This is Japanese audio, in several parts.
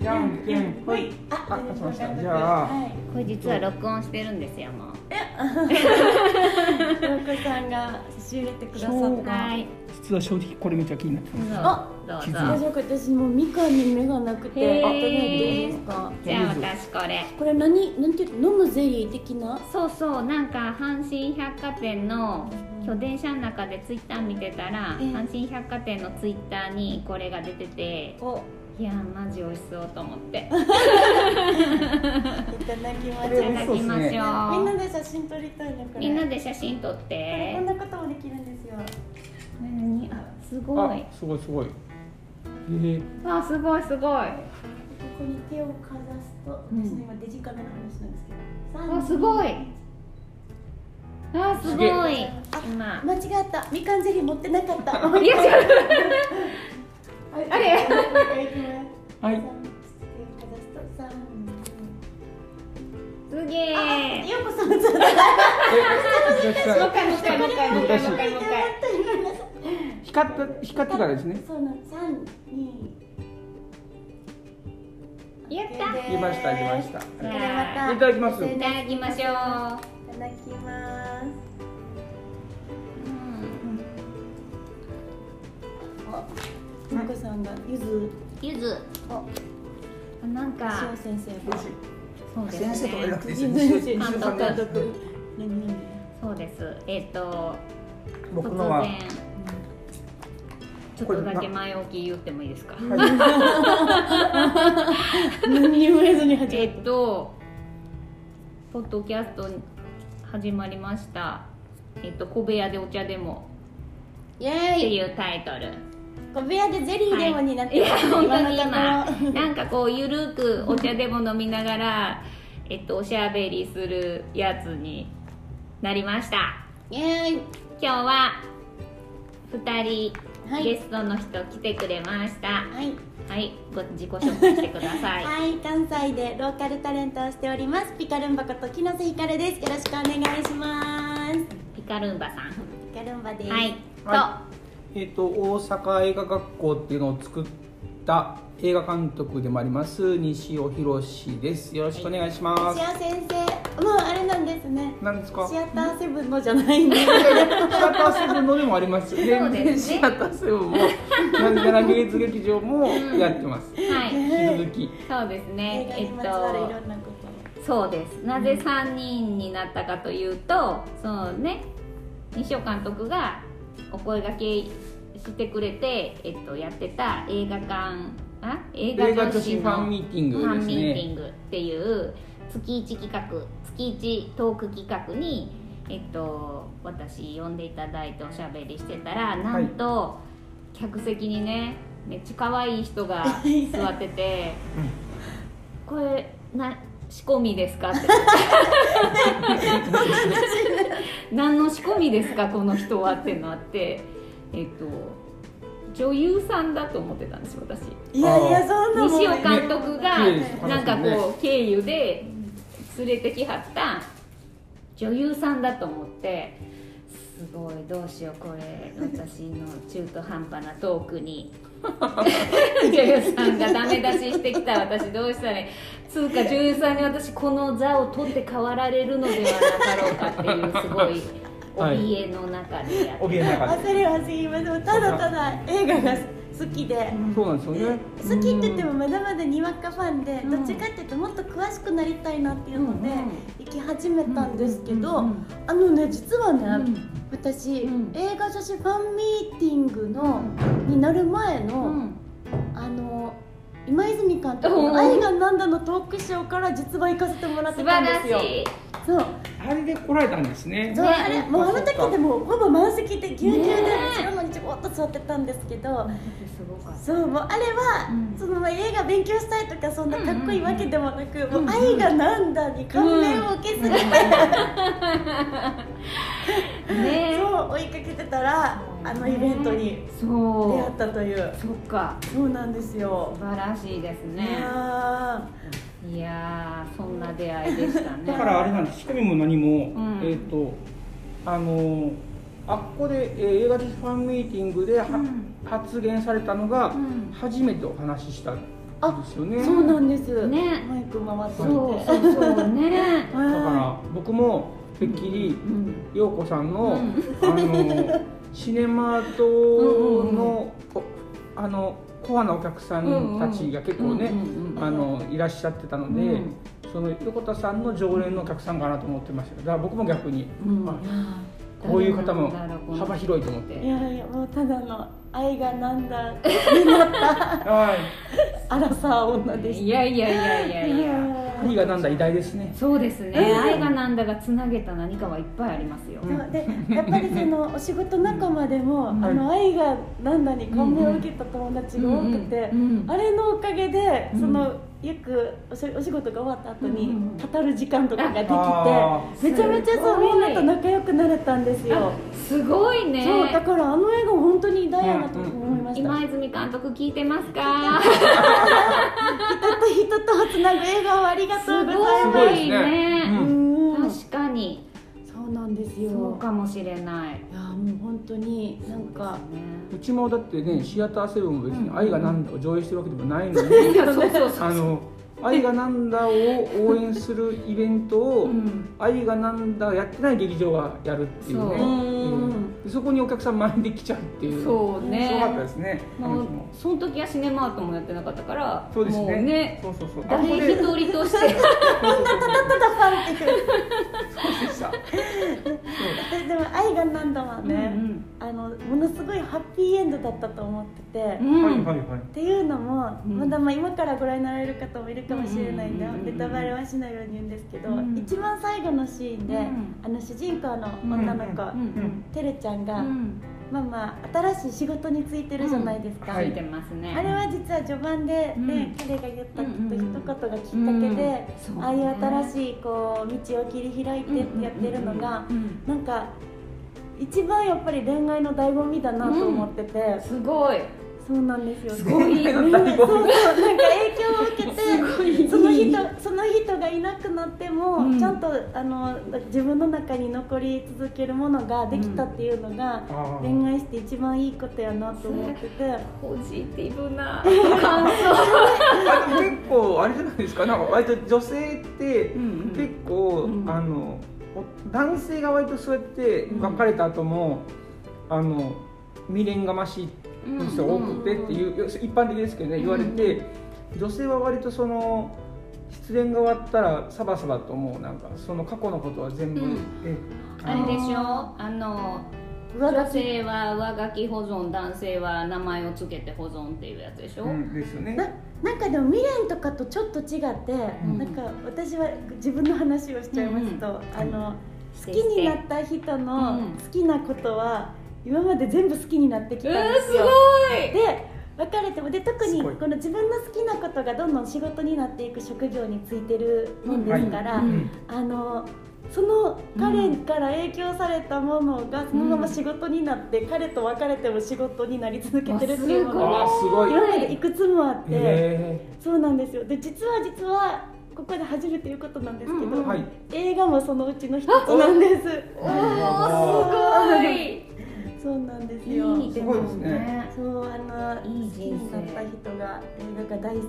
じゃんけんほほいい。ああ勝ちましたはいじゃあこれ実は録音してるんですよもうロクさんが差し入れてくださそうったはい実は正直これめっちゃ気になってますあどう気ぞづ大丈夫私もうみかんに目がなくてへーあ食べないですかじゃあ私これこれ何なんていうの飲むゼリー的なそうそうなんか阪神百貨店の今日電車の中でツイッター見てたら、ええ阪神百貨店のツイッターにこれが出ててをいやーマジ美味し そうと思っていただきまこすれいただきましみょんうなで写真撮りたいねこれみんなで写真撮っこれてこんなこともできるんですよ何あすごあいすごいすごいへえあすごいすごいここに手をかざすとうん私の今デジカメの話なんですけどあすごいあすごいす今間違ったみかんゼリー持ってなかったいや違うあれはいすげ えようこそのつえ鈴木さんもう一回もう一回もう一回もう一回もう一回もう一回光った光ってからですねそうな三二やった来ました来ましたこれまたいただきますいただきましょういただきますあ、まこさんがゆずゆずあなんか塩先生がそうですね先生とか偉くていいゆでずゆすずね西監野さん督のや監つ督何々そうですえっ、と僕の突は然ちょっとだけ前置き言ってもいいですかは何にも言えずに始えめっ、とポッドキャスト始まりましたえっ、と小部屋でお茶でもイエってーイいうタイトル小部屋でゼリーでもになっていや本当に今のとこ今なんかこうゆるくお茶でも飲みながら、えっと、おしゃべりするやつになりましたろイエーイ今日は2人、はいゲストの人来てくれましたはいはいご自己紹介してくださいはい、関西でローカルタレントをしておりますピカルンバこと木瀬ひかるですよろしくお願いしますピカルンバさんピカルンバですはい、はえっと大阪映画学校っていうのを作った映画監督でもあります西尾博ですよろしくお願いしますシア先生もうあれなんですね何ですかシアターセブンのじゃないんでシアターセブンのでもあります。全そうで然すシねアターセブンも、なんじゃら芸術劇場もやってます。とはい引き続き。そうです映ね画えにっまつわるいとろんなことそうですなぜ3人になったかというと、そのね西尾監督がお声がけしてくれて、えっと、やってた映画館あ映画映画女女子子フのファンァンミミーティングですーティね。ングっていう月1企画月1トーク企画に、えっと、私呼んでいただいておしゃべりしてたらなんと、客席にねめっちゃ可愛い 人が座ってて。これな仕込みで すかって何の仕込みですかこの人はってなってえっと女優さんだと思ってたんです私いやいやそんなもん西尾監督がねねなんかねこう経由で連れてきはった女優さんだと思ってすごいどうしようこれ私の中途半端なトーク に女優さんがダメ出ししてきた私どうしたらいいつうか女優さんに私この座を取って代わられるのではなかろうかっていうすごい怯えの中でやって、おびえなかっ忘れはすぎませんただただ映画が好きでた。そうなんですよね。好きって言ってもまだまだにわかファンで、んどっちかっていうともっと詳しくなりたいなっていうので、うんうん行き始めたんですけど、うんうんあのね実はね、うん私、うん映画女子ファンミーティングの、になる前うの、んあの今泉監督の「愛がなんだ」のトークショーから実は行かせてもらっ素て晴たんでらすしよいそうあれで来られたんですねそう。あれもうあのそっか時でもうほぼ満席でぎゅうぎゅうでねえ後ろのにちょこっと座ってたんですけど、すごかったそうもうあれは、うんそのまあ映画勉強したいとかそんなかっこいいわけでもなく、んうんもう愛がなんだに感銘を受けすぎて、ねえそう追いかけてたらあのイベントに出そ会ったといううそっかそうなんですよ、素晴らしいですいねやいやーそんな出会いでしたねだからあれなんです。仕組みも何も、うんえっと、あの。あっこで、えー映画女子ファンミーティングでは、うん発言されたのが、うん初めてお話ししたあですよねそうなんです。ねマイク回ってそみて。。うそうそうねはだいから僕もてっきりうん陽子さんの、うんあのシネマ島の、こあのコアなお客さんたちが結構ね、うんうんうんあのいらっしゃってたので、うんその横田さんの常連のお客さんかなと思ってましただから僕も逆に、うんああこういう方も誰なんだろう幅広いと思っーいてやいやもうただの愛がなんだはアラサー女でしいやいやいやいた。やいやいいがなんだ偉大ですねそうですねうん愛がなんだがつなげた何かはいっぱいありますよ、そうでやっぱりそのお仕事仲間でも、んあの愛がなんだに感銘を受けた友達が多くて、うんうんうんあれのおかげでうんその、よくおしお仕事が終わった後にうんうん語る時間とかができて、あーめちゃめちゃすそうごいみんなと仲良くなれたんですよあ、すごいねそうだからあの映画本当に偉大やなと思いました、今泉監督聞いてますか人と人とをつなぐ笑顔ありがとうございすますごいですねううんん確かにそうなんですよそうかもしれないいやもう本当になんかうちもだってねシアターセブンも別に「愛がなんだ」を上映してるわけでもないのに、 そうですねいやそうそうそうあの「愛がなんだ」を応援するイベントを、うん愛がなんだやってない劇場がやるっていうねそううんでそこにお客さん前で来ちゃうっていうそうねすごかったですねあものう日もその時はシネマートもやってなかったからそうですねもうねそうそうそうあこ誰れ一そう人としてそうそうただファンってくるそうでしたででも「愛がなんだ」はうんね、うんあのものすごいハッピーエンドだったと思ってて、うっはいんはいはいていうのも、うんまだまあ今からご覧になられる方もいるかもしれないんで、うんうんうんうんネタバレはしないように言うんですけど、うん一番最後のシーンで、うんあの主人公の女の子、うんうんてるちゃんうが、んまあまあ新しい仕事に就いてるじゃないですか、うんはついてますねあれは実は序盤で、ねうん彼が言ったうきっんとうん一うん言がきっかけで、うんそうああいう新いしいこう道を切り開いてってやってるのが、うんなんか一番やっぱり恋愛の醍醐味だなと思ってて、す ごいそうなんですよねすごいねそうそうなんか影響を受けて その人その人がいなくなっても、うんちゃんとあの自分の中に残り続けるものができたっていうのが、あー恋愛して一番いいことやなと思ってて、ポジティブな感想あでも結構あれじゃないですかなんか割と女性ってうんうん結構、うんあのお男性が割とそうやって別れた後も、あの未練がましい人が多くてっていう、一般的ですけどね言われて、女性は割とその失恋が終わったらサバサバともうなんかその過去のことは全部、うんえあれでしょあの上女書き性は上書き保存男性は名前を付けて保存っていうやつでしょ、うん、ですよねななんかでも未練とかとちょっと違って、んなんか私は自分の話をしちゃいますと、うあの好好きになった人のうん好きなことは今まで全部好きになってきたうんんですすよ、ごで別れてもで特にすごいこの自分の好きなことがどんどん仕事になっていく職業についてるもんではいすから、うんあのその彼から影響されたものがそのまま仕事になって、彼と別れても仕事になり続けてるっていうもうのあがーすごい今までいくつもあって。えそうなんですよで実は実はここで初めて言うことなんですけど、うんーはい映画もそのうちの一つなんですいあおーすごーいそうなんですよいいすごいですねそうあのいい好き人に生なった人が映画が大好きで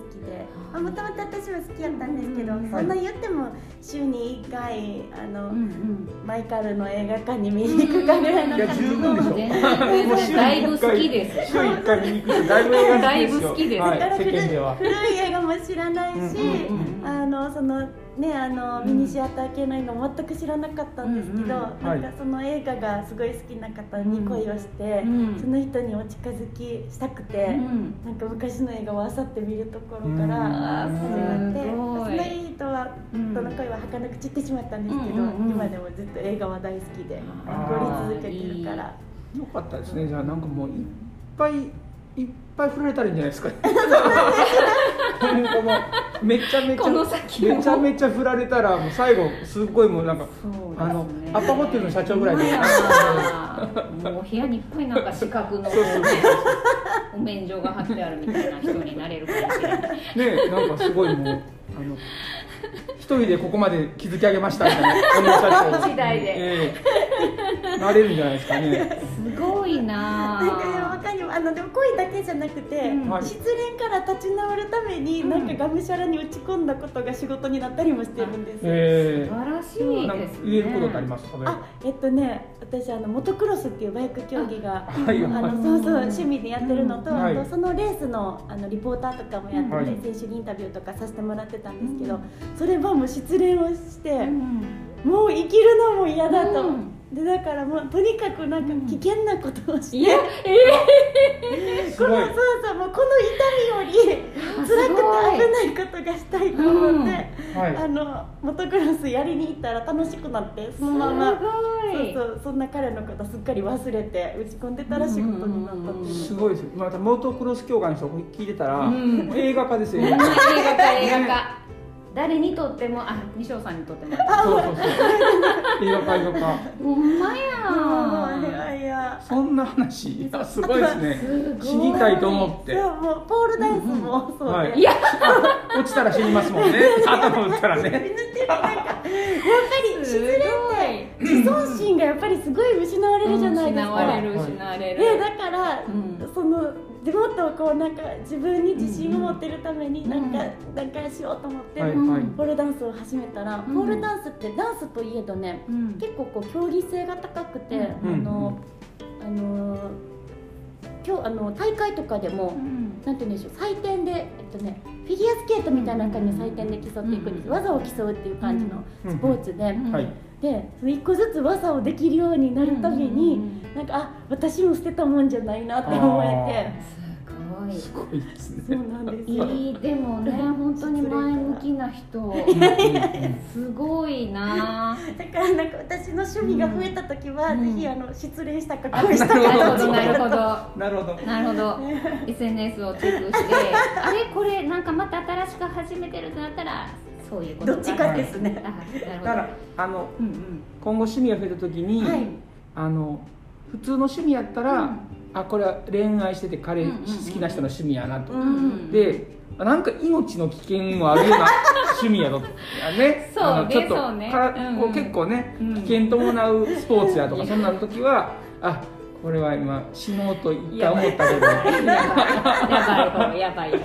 あもともと私は好きやったんですけど、うんそんな言っても週に1回あの、うんマイカルの映画館に見に行くかぐらいのいや感じ十分のでしょ全然だいぶ好きです週一回見に行く人だいぶ映画好きですよ だいぶ好きですはだからい、世古い間では古い映画も知らないし、うんうんうんあのそのねあの、うんミニシアター系の映画も全く知らなかったんですけど、うんうんなんはいかその映画がすごい好きな方に恋をして、うんその人にお近づきしたくて、うんなんか昔の映画をあさって見るところかうんらあー始まって、すごそいの人は、うんその恋は儚く散ってしまったんですけど、うんうんうん今でもずっと映画は大好きであ撮ーり続けてるから。よかったですね、じゃあなんかもういっぱいいっぱい振られたらいいんじゃないです か今後もめちゃめちゃこの先もめちゃめちゃ振られたらもう最後すっごいもうなんかそうですねあのアパホテルの社長ぐらいででもう部屋にいっぱいなんか四角のお免状が貼ってあるみたいな人になれるかもしれないねえなんかすごいもうあの一人でここまで築き上げましたみたいなこの社長一代で ええなれるんじゃないですかねすごいななんかあ他にもあのでもこぽいだけじゃなくて、うんはい失恋から立ち直るために、うんなんかがむしゃらに打ち込んだことが仕事になったりもしてるんですよ、え素晴らしー、いなんでかすね言えることってありますかあえっとね私あのモトクロスっていうバイク競技がはあいはいのそうそう趣味でやってるのと、うんあはといそのレースのあのリポーターとかもやってて、はい選手にインタビューとかさせてもらってたんですけど、うんそれはもう失恋をして、うんもう生きるのも嫌だと、うんでだからもうとにかくなんうんか危険なことをして、いやえすこごのいそうそうもうこの痛みよりー、辛くてい危ないことがしたいと思って、はいあのモトクロスやりに行ったら楽しくなってそのますまごそういそうそんな彼のことすっかり忘れて打ち込んでたら仕事になったっていすう。ごいですよまたモートクロス協会の人聞いてたら、うんもう映画化ですよ映ね画化映画化誰にとってもあ西尾さんにとってもそうそうそう映画化映画化ほんまもういややいやそんな話いやすごいですねすごい知りたいと思ってそうもうポールダンスもそうで、はいいやあ落ちたら死にますもんね頭打ったらねやっぱり失恋って自尊心がやっぱりすごい失われるじゃないです失わか、れる失われるえだから、うんそのでもっとこうなんか自分に自信を持ってるためにうんなんか、なんかしようと思って、はいうんはいポールダンスを始めたら、んポールダンスってダンスといえどねうん結構こう競技性が高くて、うんあの、あの今日あの大会とかでも、うんなんて言うんでしょう採点で、えっとね、フィギュアスケートみたいな感じで採点で競っていくんです、うん技を競うっていう感じのうんスポーツで、うんはいでその一個ずつ技をできるようになるたびに、なんかあ私も捨てたもんじゃないなって思えあうんーすすごいですてそうねなんですごよいいいでもね本当に前向きな人すごいなだからなんか私の趣味が増えた時は、うんぜひあの失恋したか恋したななるかほどどっちかだなる とほどなるほどなるほど SNS をチェックしてあれこれなんかまた新しく始めてるってなったらそういうことどっちかですねだあなかるほらあのどうん今後趣味が増えた時に、はいあの普通の趣味やったら、うんあこれは恋愛してて彼、うんうんうん好きな人の趣味やなと、うんうんであなんか命の危険もあるよう な趣味やろやねそうあのねちょっとそうねからうんうんこう結構ね、うん危険伴うスポーツやといかやそんな時 はあこれは今死のうと一回思ったけ どやばい方やばい方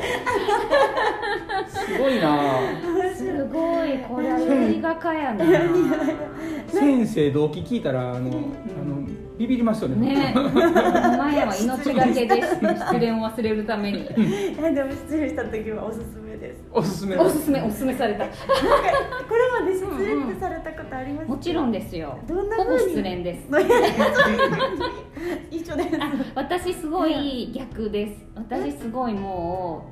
すごいなぁすごいこれは映画化やな先生動機聞いたらあの、あのビビりますよねね前は命がけで失恋を忘れるためにいやでも失恋した時はおすすめですおすすめおすすめおすすめされたなんかこれまで失恋ってされたことありますもちろんですよどんなほぼ風に 失恋ですのや一緒です。私すごい逆です私すごいも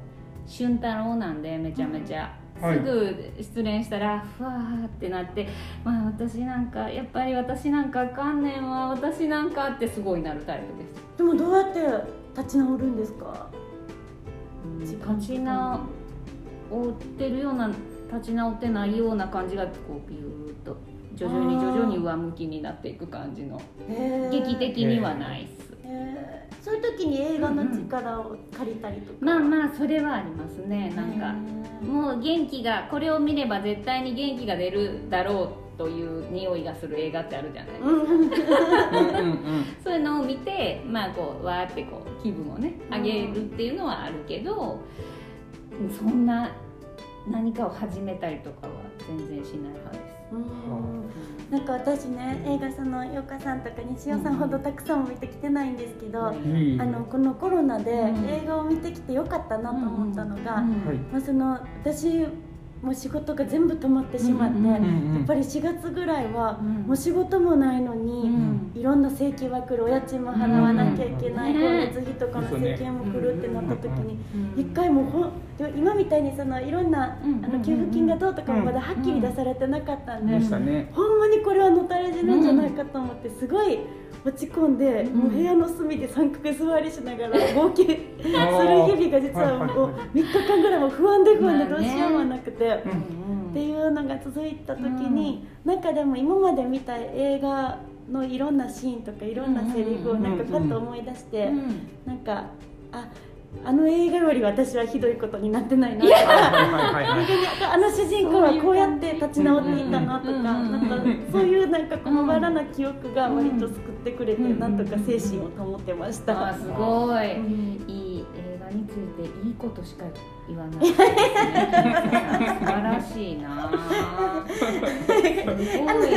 う俊太郎なんでめちゃめちゃ、はいすぐ失恋したらふわーってなってまあ私なんかやっぱり私なんかあかんねんわ私なんかってすごいなるタイプですでもどうやって立ち直るんですか。立ち直ってるような立ち直ってないような感じがこうビューッと徐々にあー徐々に上向きになっていく感じのへー劇。的にはないっすへーそういう時に映画の力を借りたりとか。まあまあそれはありますねなんか、もう元気がこれを見れば絶対に元気が出るだろうという匂いがする映画ってあるじゃないへー。うん。うんうんうんそういうのを見てまあこうわーってこう気分をね上げるっていうのはあるけど、そんな何かを始めたりとかは全然しない派です。なんか私ね映画そのよかさんとか西尾さんほどたくさん見てきてないんですけど、はいいいあのこのコロナでうん映画を見てきてよかったなと思ったのが、うんうんはいまあ、その私も仕事が全部止まってしまって、うんうんうんうんうんやっぱり4月ぐらいはうんもう仕事もないのに、うんいろんな請求が来るお家賃も払わなきゃいけない、うん光月費とかの請求も来るってなった時に、うん一回もうほんでも今みたいにそのいろんな、うんあの給付金がどうとかもまだはっきり出されてなかったんで、でしたねほんまにこれはのたれ死ぬんじゃないかと思ってすごい落ち込んで、んもう部屋の隅で三角座りしながら号 泣する日あー々が実はもうはいはいはい3日間ぐらいもう不安で不安でまどあうねしようもなくて。うんっていうのが続いた時に、なんかでも今まで見た映画のいろんなシーンとかいろんなセリフをなんかパッと思い出して、うんなんかああの映画より私はひどいことになってないなとはいかはいはいはいあの主人公はこうやって立ち直っていたなとかうんなんかそういうなんか細々な記憶が割と救ってくれてうんなんとか精神を保ってましあたーすごういんいい映画についていいことしか言わないですね素晴らしいなあ あの映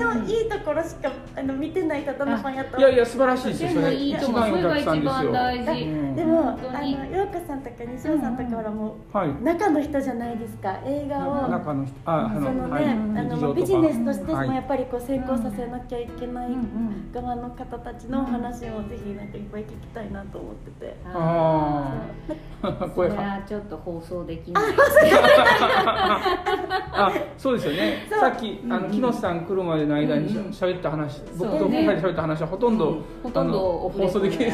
画のいいところしかあの見てない方のファンやといやいや素晴らしいですよそでもれいいと一思う番そいれいおが客さん一ですよ番大事、うんでもあ本当のに陽子さんとか西尾さんとかはもはいう中の人じゃないですか映画を中の人ああそののね、あはいのビジネスとしてもはいやっぱりこう成功させなきゃいけないうん側の方たちのお話をぜひなんかいっぱい聞きたいなと思って て。うんああこ れ声がはちょっと放送できないあそうですよねそうさっきあうのん木下さん来るまでの間にしゃうん喋った話僕そとう二ね人で喋った話はほとんどほとんあどのオフレ放送コで きない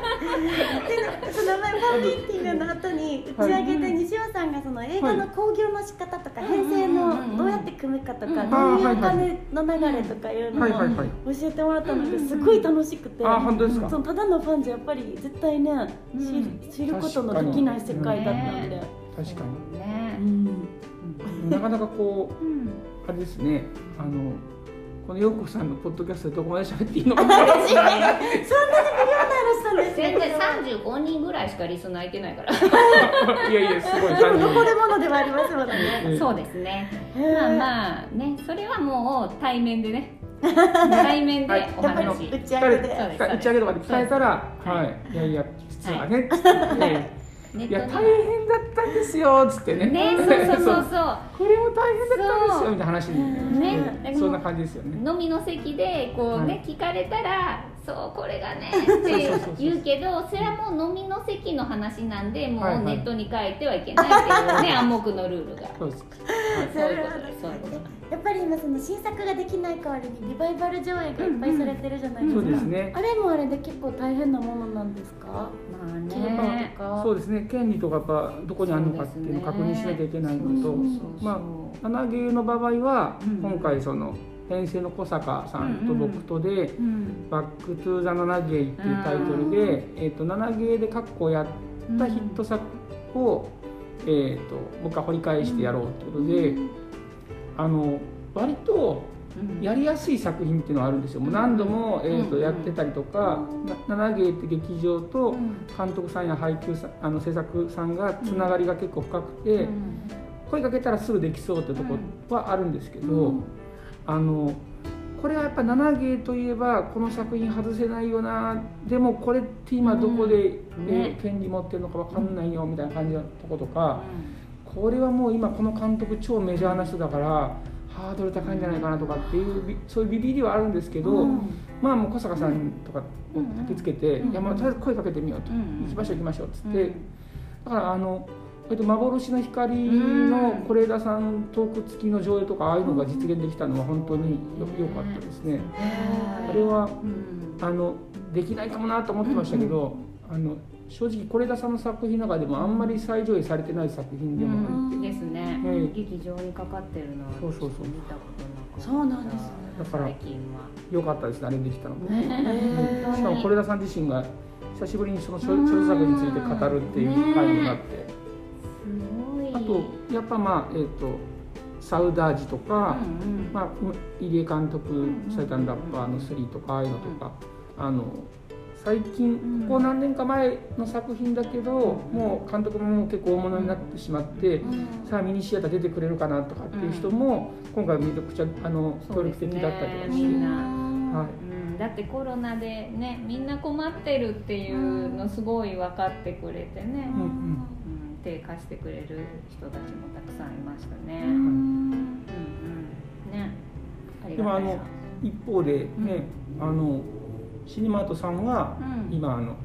でその前ファンミーティングの後に打ち上げで西尾さんがその映画の興行の仕方とかはい編成うんうんうんうんのどうやって組むかとうんかうんどういうおあーはい金の流れとかいうのはいはいをはい教えてもらったのがすごい楽しくて。あ本当ですそかのただのファンじゃやっぱり絶対ね、知うん知ることのできない世界だったんで、確かにね、うんなかなかこうんうんうあれですねあのこの陽子さんのポッドキャストでどこまで喋っていいの 嬉しいそんなに無料ならかなしたんですね全然35人ぐらいしかリスナーいてないからいやいやすごいでも残残り物ではありますもんね念そうですねへまあーまあねそれはもう対面でね対面でおやっぱり話打ち上げそうでです打ち上げとかで伝えたら「そうはでいいすやいや実はね」つっていやいやネいやット大に変だったんですよ」つってねねそうそう そうこれも大変だったんですよみたいな話にねねそんな感じですよねそう飲みの席でこうはね、い聞かれたらそうこれ がねって言うけどそれはもう飲みの席の話なんでもはいはういネットに書いてはいけないってい うね暗黙のルールがそうですそういうことですそういうことですやっぱり今その新作ができない代わりにリバイバル上映がいっぱいされてるじゃないですそか、うですねあれもあれで結構大変なものなんですかまあ競馬ねとかそうですね権利とかやっぱどこにあるのかっていうのを確認しなきゃいけないのとそうそうそうまあ七芸の場合はうん今回その編成の小坂さんと僕とでうん「バック・トゥ・ザ・七芸」っていうタイトルでえーと七芸で過去やったヒット作をえーともう一回掘り返してやろうってことであの割とうんやりやすい作品っていうのはあるんですよ。もう何度も、えーとうんやってたりとか、な七芸って劇場と監督さんや配給さんあの制作さんがつながりが結構深くて、うん声かけたらすぐできそうってとこはあるんですけど、うんあのこれはやっぱ七芸といえばこの作品外せないよなでもこれって今どこで、うえんーね権利持ってるのかわかんないよみたいな感じのとことか。これはもう今この監督超メジャーな人だからハードル高いんじゃないかなとかっていうびそういうビビりはあるんですけど、うんまあもう小坂さんとかを焚きつけて、うんいやもうとりあえず声かけてみようと、うん行きましょう行きましょうっつって、うんだからあの、えっと、幻の光うのん是枝さんトーク付きの上映とかああいうのが実現できたのは本当によ良かったですね。あれはうんあのできないかもなと思ってましたけど、あの正直是枝さんの作品の中でもあんまり再上映されてない作品でもあるうんですね、うん劇場にかかってるのはそうそうそう見たことなかったそうなんですねだから最近は良かったですねあれできたのも、へーしかも是枝さん自身が久しぶりにその所所作について語るっていう会になって、すごいあとやっぱまあえっ、とサウダージとか、うんうんまあ、入江監督んうん最短ラッパーの3とかああいうのとか、あの最近うんここ何年か前の作品だけど、うんもう監督も結構大物になってしまって、さあミニシアター出てくれるかなとかっていう人も、今回めちゃくちゃあのそ協うで力すね的だったりとかみして、んなはい、うんだってコロナでねみんな困ってるっていうのすごい分かってくれてね、うんうんうん、手貸してくれる人たちもたくさんいましたね、うんうんねありでもがたあいなの一方でね、あのシニマートさんはうん今あの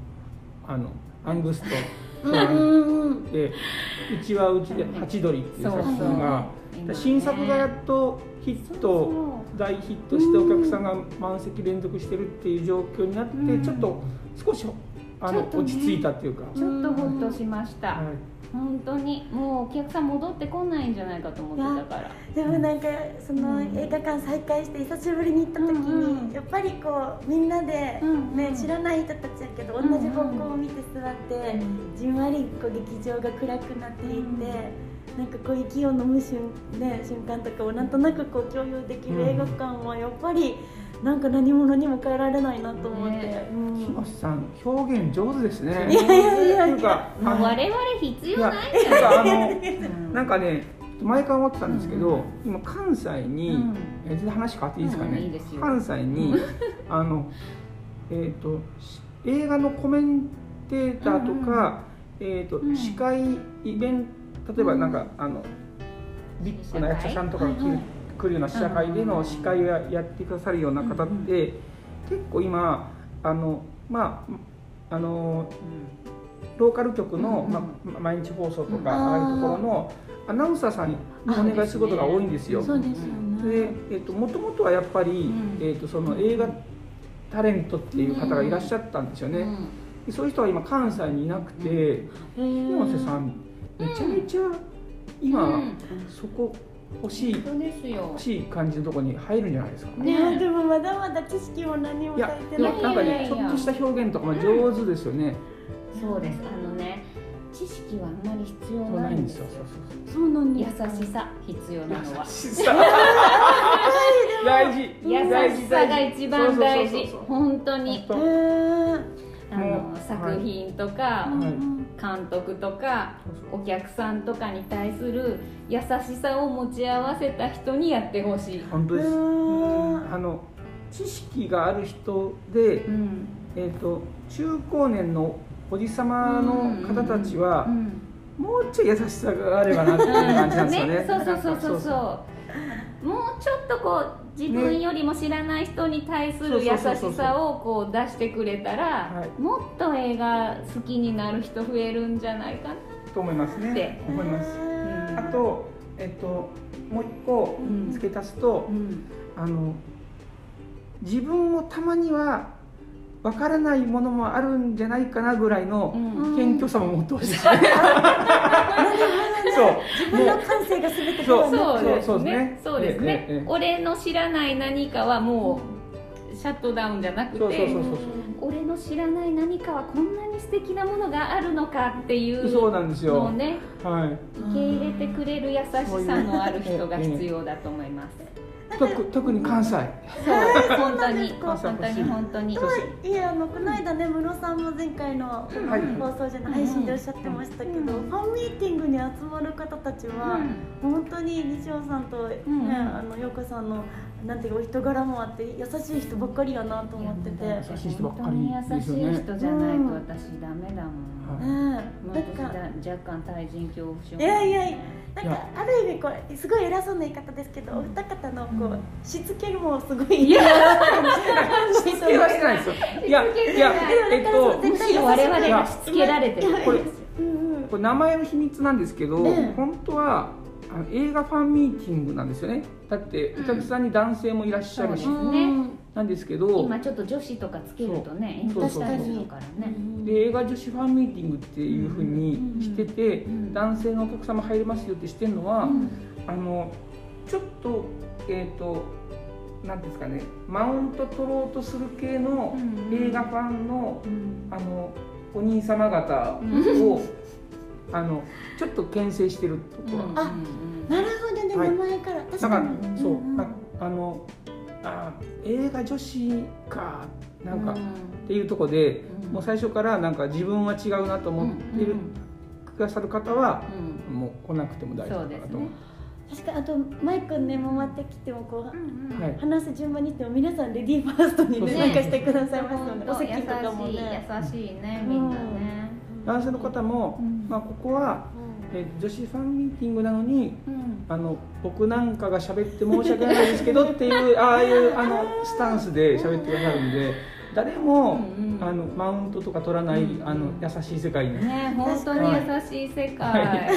あのアングストうといんうんってうちはうちで「ハチドリ」っていうそう作そう品が今ね新作がやっとヒッそうトそう大ヒットしてお客さんが満席連続してるっていう状況になって、うんちょっと少しあの、ちょっとね落ち着いたっていうか。ちょっとほっとしました、はい本当にもうお客さん戻ってこないんじゃないかと思ってたからでもなんかそのうん映画館再開して久しぶりに行った時に、うんうんやっぱりこうみんなで、うんねうん知らない人たちやけど同うんうんじ方向を見て座って、うんじんわりこう劇場が暗くなっていて、うんなんかこう息を飲む瞬,、ね、瞬間とかをなんとなくこう共有できる映画館はやっぱりなんか何者にも変えられないなと思って。ねうん木越さん表現上手ですねいやいやいやというかあもうの我々必要ないいじやなゃんんかあ のうんなんかね前から思ってたんですけうど、ん今関西に、うんえ全然話変わっていいですかね、うんいいですよ関西にあのえっ、とし映画のコメンテーターとか、えっ、と、うん司会イベント例えばなんか、あのビッグな役者さんとかが来る,、はいはい来るような試写会での司会をややってくださるような方って、うんうん結構今あのまああのローカル局の、うんまま毎日放送とうんか、ああいうところのアナウンサーさんにお願いすることが多いんですよ。そうですよでね、えっともともとはやっぱり、んえっとその映画タレントっていう方がいらっしゃったんですようんね、でそういう人は今関西にいなくて、広広瀬さんめちゃめちゃ今、うんそこ欲しい本当ですよ欲しい感じのところに入るんじゃないですかねいやでもまだまだ知識も何もい書いやてななんいかなんかいやいやいねちやょっとした表現とかも上手ですよね、そうですあのね知識はあんまり必要そうなないいんんでですすよよそうそうそうなん優ですかしさ必要なのはそう大事大優事しさが一番大そうそう事そうそう本当に本当へーあの作品とかはい監督とかそうそうお客さんとかに対する優しさを持ち合わせた人にやってほしい、本当です、うんあの知識がある人で、うんえー、と中高年のおじさまの方たちは、うんもうちょい優しさがあればなっていう感じなんですよね。そうそうそうそうなんかそうもうちょっとこう自分よりも知らない人に対すねる優しそうそうそうそうさをこう出してくれたら、はいもっと映画好きになる人増えるんじゃないかなうと思いますねで。思います。うんあとえっ、ともう一個うん付け足すと、うんあの自分もたまにはわからないものもあるんじゃないかなぐらいのうんん謙虚さも持ってほしいですね。そう。自分の感性が全てそうそうですそうですねねそうですねええええ俺の知らない何かはもうシャットダウンじゃなくてそうそうそうそう俺の知らない何かはこんなに素敵なものがあるのかっていうそうなんですのよを。ねはい。受け入れてくれる優しさのある人が必要だと思います。特特に関西。そう本当にそうそう本当に本当に。いやあのこの間ね室さんも前回のはい放送じゃない配信でおっしゃってましたけど、うんファンミーティングに集まる方たちは、本当に西尾さんと、ねうんあの陽子さんのなんていうかお人柄もあって優しい人ばっかりやなと思ってて、ね優しい人ばっ本か当にり優ですよしねい人じゃないと私ダメだもはん。いなん私だか若干対人恐怖症。いやいやいやなんいかやある意味これすごい偉そうな言い方ですけどお二方のこう、うんしつけもすごいしつけはしてないですよ。いやいやえっと絶む対し優しろく我々がしつけられてる。これうんうんこれ名前の秘密なんですけど、ね本当はあの映画ファンミーティングなんですよね。だってうんお客さんに男性もいらっしゃるしそ、うですねうんなんですけど、今ちょっと女子とかつけるとね、そう炎上したりそうすそうそうるからね。で映画女子ファンミーティングっていうふうにしてて、うんうん男性のお客様入れますよってしてるのは、うんあのちょっとえっ、と。なんていうんですかね、マウント取ろうとする系の映画ファンのうんあのお兄様方を、あのちょっと牽制してるところ、あなるほどね、はい名前から確だかからにそう、んんなあのあ映画女子かなんか、うっていうとこで、うんもう最初からなんか自分は違うなと思ってる、くださる方は、うんもう来なくても大丈そう夫かでなすとね思。確かにあとマイクね回ってきてもこう、はい話す順番に行っても皆さんレディーファーストにそうねそうなんかしてくださいますので、おお席とかも優しいね。優しいねみんなね。男性の方も、うんまあ、ここは、うんえー女子ファンミーティングなのにうんあの僕なんかが喋って申し訳ないですけどって いうああいうあのスタンスで喋ってくださるんで誰も、うんうんあのマウントとか取らない、うんあの優しい世界に、ね本当に優しい世界。は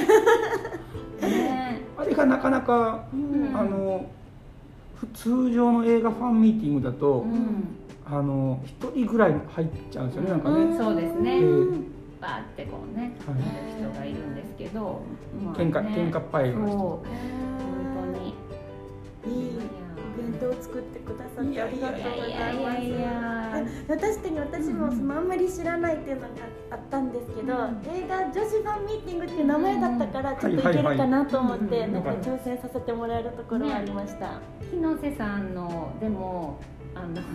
ねあれがなかなか、んあのふ通常の映画ファンミーティングだと、うんあの一人ぐらい入っちゃうんですよね、なんかうねんそうですねえーバーってこうねはいいる人がいるんですけど、まあね喧嘩喧嘩っぱいの人そう本当にいいお弁当を作ってくださってありがとうございますいやいやいやで確かに私もそのあんまり知らないっていうのがあったんですけど、うん映画女子ファンミーティングっていう名前だったからんちょっといけるかなと思っはいてはいなはんいか挑戦させてもらえるところはありました、日瀬さんのでもあの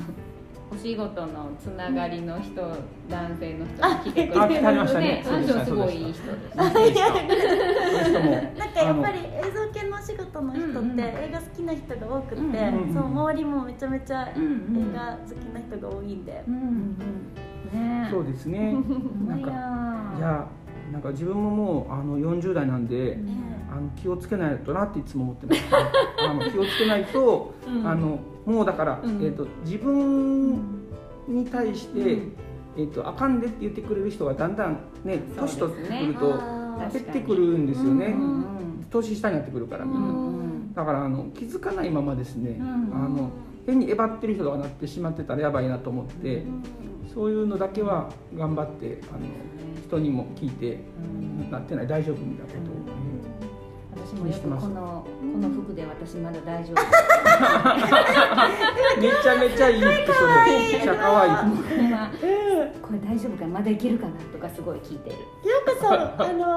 お仕事のつながりの人、男性の人が来てくれあて来ましたねあの人すそうごでいしたいい人ですあいい人その人も なんかやっぱりあ映像系のお仕事の人うんうっんて映画好きな人が多くって、うんうんうんそう周りもめちゃめちゃ映うんうん画好きな人が多いんでう、んねのそうです ねなんかいかやなんか自分ももうあの40代なんで、うんねあの気をつけないとなっていつも思ってます、あの気をつけないと、うんあのもうだから、うんえー、と自分に対して、うんえー、とあかんでって言ってくれる人がだんだんね年そう取でっすてねくるとあ減ってくるんですよね、うん年下になってくるからみんな、うんだからあの気づかないままですね、うんあの変にえばってる人がなってしまってたらやばいなと思って、うーそういうのだけは頑張ってあの人にも聞いて、うんなってない大丈夫みたいなことを、私もよくこのこの服で私まだ大丈夫めちゃめちゃいい服それめっちゃ可愛い これはうんこれ大丈夫かなまだいけるかなとかすごい聞いてるようこそあ の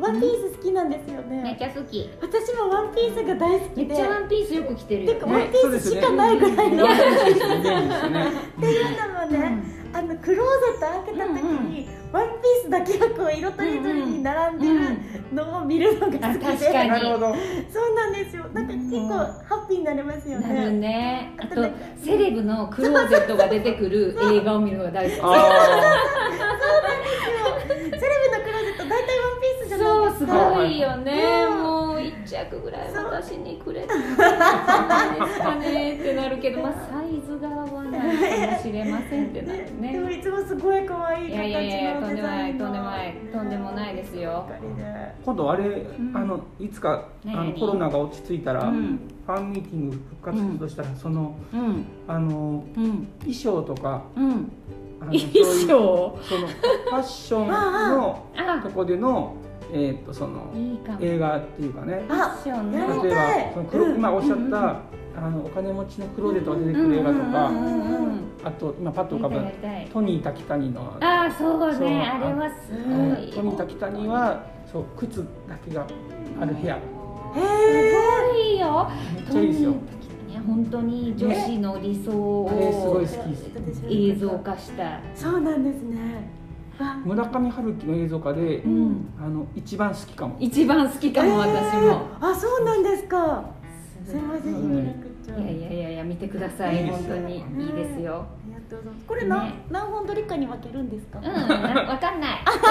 ワンピース好きなんですよねめっちゃ好き私もワンピースが大好めきっでちゃワンピースよく着てるてかよワンねピースしかないぐらいの、服ですね便利ですね今もね、あのクローゼット開けた時に、ワンピースだけがこう色とりどりに並んでるのを見るのが好きで、うんあ確かになるほどそうなんですよなんか結構ハッピーになれますよなるねねあとセレブのクローゼットが出てくる映画を見るのが大好あセレブのクローゼット大体ワンピースきじゃないそでうすすかごいよねうんもう一着ぐらい私にくれてもいいですかねってなるけどまあサイズが合わないかもしれませんってなるでもねいつもすごい可愛いい形のデやいやいやとんでもザなインいのとんでもないとんでもないですよばっかりでー今度あれ、んあのいつかあ何の々コロナが落ち着いたら、うんファンミーティング復活するとしたら、そのうんあのうん衣装とかうんあのそう衣いう装そのファッションのあとこでのえーっとそのいいかも映画っていうかねあファッション例やりのえたいばその黒、うん今おっしゃった、うんうんあのお金持ちのクローゼットが出てくる映画とか、うんうんうんうんあと今パッと浮かぶやりたいやりたいトニー・タキタニのああそうそうねあれはすあのトごニいー・タキタニはそう靴だけがある部屋へすえごいよめっちゃいいですよ、ね本当に女子の理想ねあれすごをい好映像化した、そうなんですね。わ村上春樹の映像化で、うん、あの一番好きかも一番好きかも私も、あ、そうなんですか。すみません、うひんめなくちゃ。あいやりいやいやいや見てくださいいいです本よ当にいいですよ、がとうございます。これ何、ね何本どれかに分けるんですか。うんなわかん ないそう僕ゆる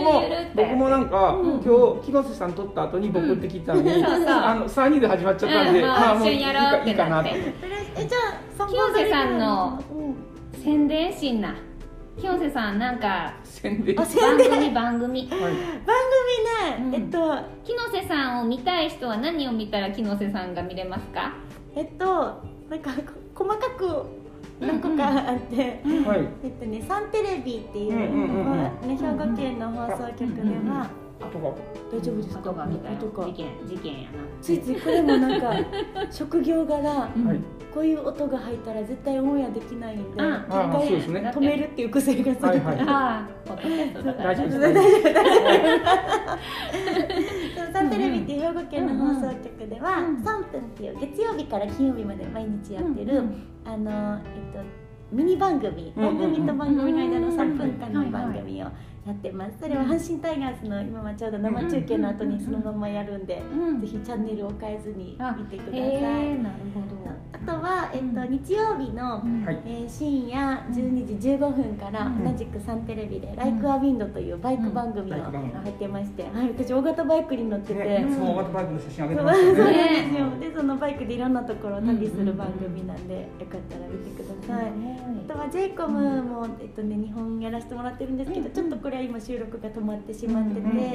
もゆるって僕もなんか、今日木下さん撮った後に僕って聞いたのに、うんそうそうあの3人で始まっちゃったんで、うんまあ一も緒うにやろうっいていかななっとて思ってとりあえずえ、じゃあ、三清本ど瀬れかさにんのうん宣伝しんな清瀬さんなんか宣伝あ、せ番番組番組はい組ね、うんえっと、木瀬さんを見たい人は何を見たら木瀬さんが見れますかえっと、なんか、こ細かく。何個かあって。はいえっとね、サンテレビっていう、うんうんうんうんまあね、兵庫県の放送局では。うんうんうんとか大丈夫ですことかがみたいなとか事件事件やなついついこれもなんか職業柄うんはいこういう音が入ったら絶対オンエアできないんであ一回あそうですね止めるっていう癖がついてはるいはいああポッドキャストだから大丈夫です大大丈丈夫夫でもサンテレビっていう兵庫県の放送局ではうんうん3分っていう月曜日から金曜日まで毎日やってるうんあのえっとミニ番組うんうんう番ん組と番組の間の3分間はいはのい番組をやってますそれは阪神タイガースの今はちょうど生中継の後にそのままやるんでうんぜひチャンネルを変えずに見てくだへさいえなるほあとは、えっと、うん日曜日の、どはいえー深夜12時15分から、うん同じくサンテレビで「ライク・ア・ウィンド」というバイク番組バをイク番組やってまして、はい、私大型バイクに乗ってて、ね、そうその大型バイクの写真あげてそうまなしんたね。ですよでそのバイクでいろんなところを旅する番組なんで、よかったら見てください、あとは j イコムも、えっとね、日本やらせてもらってるんですけど、うんちょっとここれは今収録が止まってしまってて、うんうんうんうん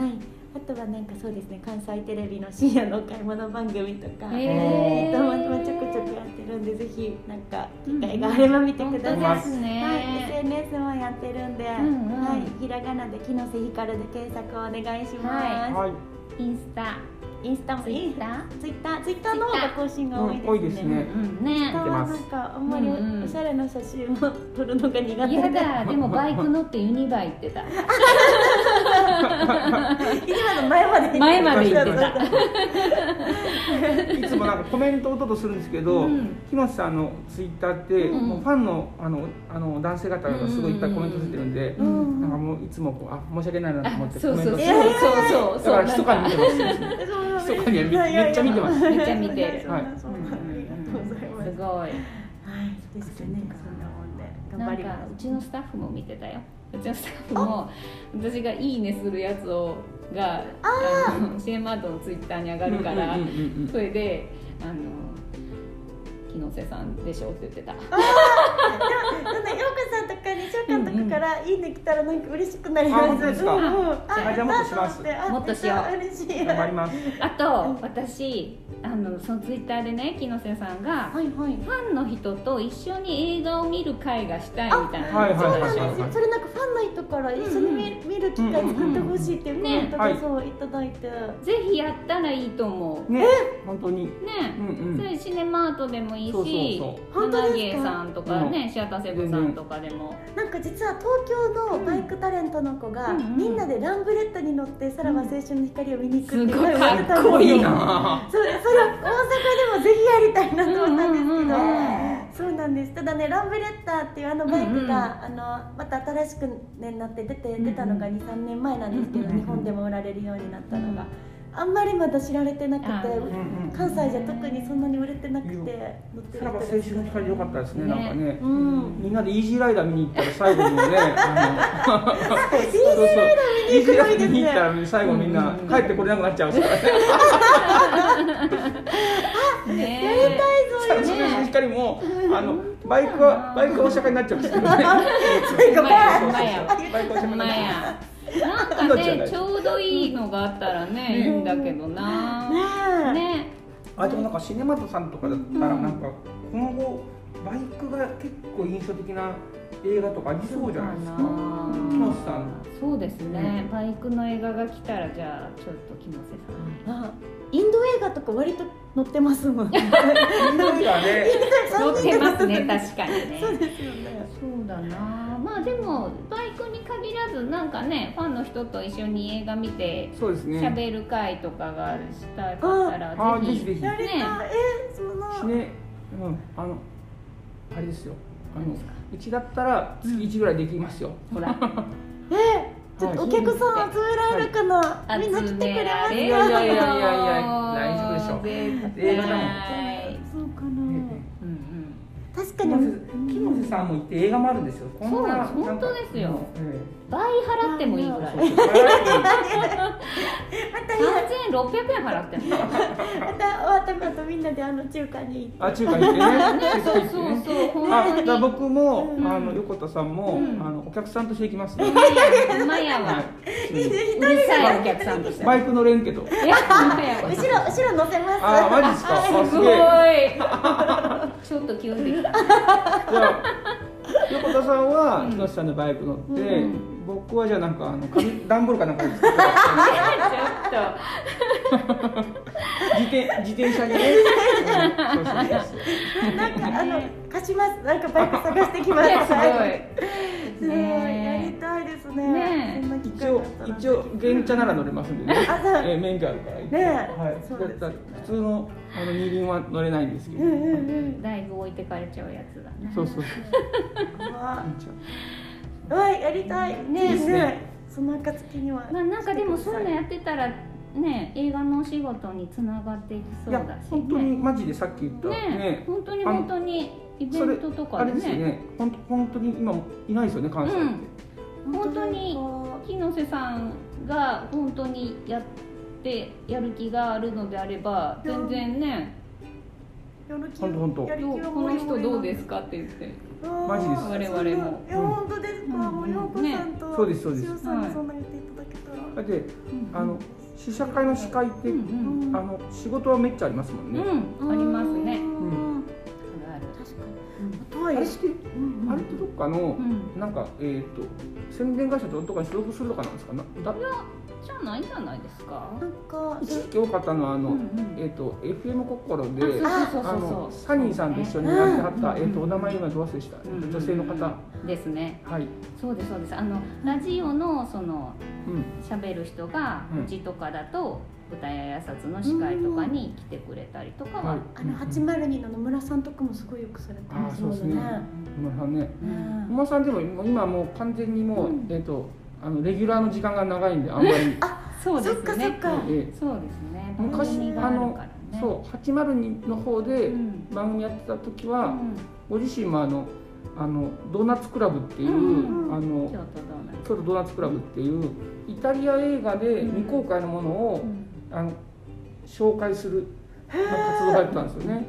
はいあとはなんかそうですね関西テレビの深夜のお買い物番組とか、ーえっとまあまあちょくちょくやってるんでぜひなんか機会があれば見てください、本当ですねはい、SNS もやってるんで、んうんはい、ひらがなで木の瀬ひかるで検索お願いします、はい、インスタインスタもツイいいッターツイッターツイッターの方が更新が多いですね、うん多いですねうんね他はなんかあんまりうんうんおしゃれな写真を撮るのが苦手で、嫌だでもバイク乗ってユニバ行ってた今の前まで行って前まで行ってたいつもなんかコメントを打とうとするんですけど、うん木本さんのツイッターって、うんもうファンのあのあの男性方がすごいいっぱいコメントしてるんで、うんうんなんかもういつもこうあ申し訳ないなと思あってそコうメそンうそトうそうしてますだそうそうからなん密かに見てます。そこにそはめめっちゃ見てますめっちゃ見てるはいはやいいや、そうなんだありがとうございますすごいはい、ですね、そんなも んで頑な張んりまかうちのスタッフも見てたようちのスタッフも私が「いいね」するやつをがあの CM アートのツイッターに上がるからうんうんうんうんそれで「あの木の瀬さんでしょ」って言ってたすなんかようかさんとか西岡とかからいいね来たらなんか嬉しくなりますあ本当ですかうんうんあじゃあもっとしますやったもっとしようあ嬉しい頑張ります。あと私あのそのツイッターでね木の瀬さんがはいはいファンの人と一緒に映画を見る会がしたいみたいなあはい話はそういなはいんですよそれなんかファンの人から一緒に見る見る機会作ってほしいっていうコメントうんうんがねそういただいてぜひやったらいいと思うね、本当に。うねんうんそ。れシネマートでもいいそうしそうそう本当ですか花芸さんとかね、シアターセブンさんとかでも、なんか実は東京のバイクタレントの子がうんうんみんなでランブレットに乗ってさらば青春の光を見に行くすってごい声をか上げたんでっすよこいいなあそうそれは大阪でもぜひやりたいなと思ったんですけど、うんうんうんそうなんですただねランブレッターっていうあのバイクが、あのまた新しく、ね、なって出て出たのがう23年前なんですけど、うんうんうん日本でも売られるようになったのが、あんまりまだ知られてなくて、あうんうん。関西じゃ特にそんなに売れてなくて乗ってさるらば青春の光良かったですね。なんかねう。んみんなでイージーライダー見に行ったら最後のね、あの、イージ見にーライダー見に行くのいいですね行ったら最後みんな帰ってこれなくなっちゃうからね。ねさらば青春の光もあのバイクうはんバイクは大阪になっちゃうんですけどね。最後バほんまーンやバイクは大阪ほんになまっちゃう。やなんかねちょうどいいのがあったらね、いいんだけどな、ねえねあでもなんかシネマトさんとかだったらなんか今後バイクが結構印象的な映画とかありそうじゃないですか。そうかな木本さん。そうですね、バイクの映画が来たらじゃあちょっと木の瀬さんにあインド映画とか割と乗ってますもんねインド映画ね。乗ってま すね確かにねそうですよねそうだなまあでもバイクに限らずなんかねファンの人と一緒に映画見てそうですね。喋る会とかがしたかったらあぜぜひひぜひ。やりたい、ねえそのしね、うん、あの、あれですよ。あ何のですか、うちだったら、月一ぐらいできますよ。ほらえちょっとお客さん集められるかな、み集んな来てくれますかめいやいやられるいやいやよ大丈夫で絶対映画だもんそうかな、うんうん確か木に、本木本さんも行って映画もあるんですよ。こんなそうななんんですか本当ですよえ倍払ってもいいぐらいえそうそう3600円払 ってもいいまた終わったことみんなであの中華に行っあ、中華行ってね。ねそう中華そ行うってねそうほんあ、まだにから僕も、んあの、横田さんも、うんあの、お客さんとして行きますね。うまやわはいうんうるさいお客さんとしてバイク乗れんけど。いやうまやてわ後ろ後ろ乗せますあ、マジですか。あすすごげえ。いちょっと気をつけてきたじゃあ横田さんは木下さんのバイク乗って、僕はじゃあなんかあの紙段ボールかなんかにつけてちょっと自転自転車にね。うんそうそうそうなんかあの貸しますなんかバイク探してきますいやすすごいやりたいですねねえそんな機一会だ応ったら一応原チャなら乗れますんでね。あそうえー免許あるから。ねねはい。そうですだから普通のあの二輪は乗れないんですけど。うんうんうんごいだいぶ置いてかれちゃうやつだねそうそうそう。うわじゃうわやりたいいねいですねその暁にはまあなんかでもそういうのやってたらね映画のお仕事につながっていきあそいうやだし本当にねマジでさっき言ったねね。本当にあの本当にイベントとあかれでですよねね。本当本当に今いないですよね関西って。うん本当に木の瀬さんが本当にやってやる気があるのであれば全然ねやる気ほんとほんとやるどう気こはもりのも人りどうですかって言ってうんマジです我々もいや本当ですか、うんもうようこさんと、ねそうですそうです塩さんにそんな言っていただけだたら、ってあの試写会の司会って、うんうんうんあの仕事はめっちゃありますもんね、うんありますねうんある確かうんに。とはあいれえって、うんあれってどっかの、なんかえっ、と宣伝会社とどっかに所属するとかなんですかなだじゃないんじゃないですかなんか一時期多かったのはあの、うんうんえっ、と FM 心であそうあそうそうそのうサニーさんと一緒にやってはった、うんえっ、とお名前今どう忘れした、えうんっと女性の方、ですねはい、そうですそうですあのラジオのそのうん、喋る人がうんうちとかだと舞台挨拶の司会とかに来てくれたりとかは、はいあの八マル二の野村さんとかもすごいよくされてますもんあそうですね野村さんねうん野村さんでも今今もう完全にもう、うんえっ、とあのレギュラーの時間が長いんであんまり、そうでそっかすそっねか。えそうですね昔番組があるからねーそう802の方でうん番組やってた時うは、んご自身もあのあのドーナツクラブっていう、うんあ京都どのうなんですか京都ドーナツクラブっていうイタリア映画で未公開のものを、あの紹介するなへんか活動がやってたんですよね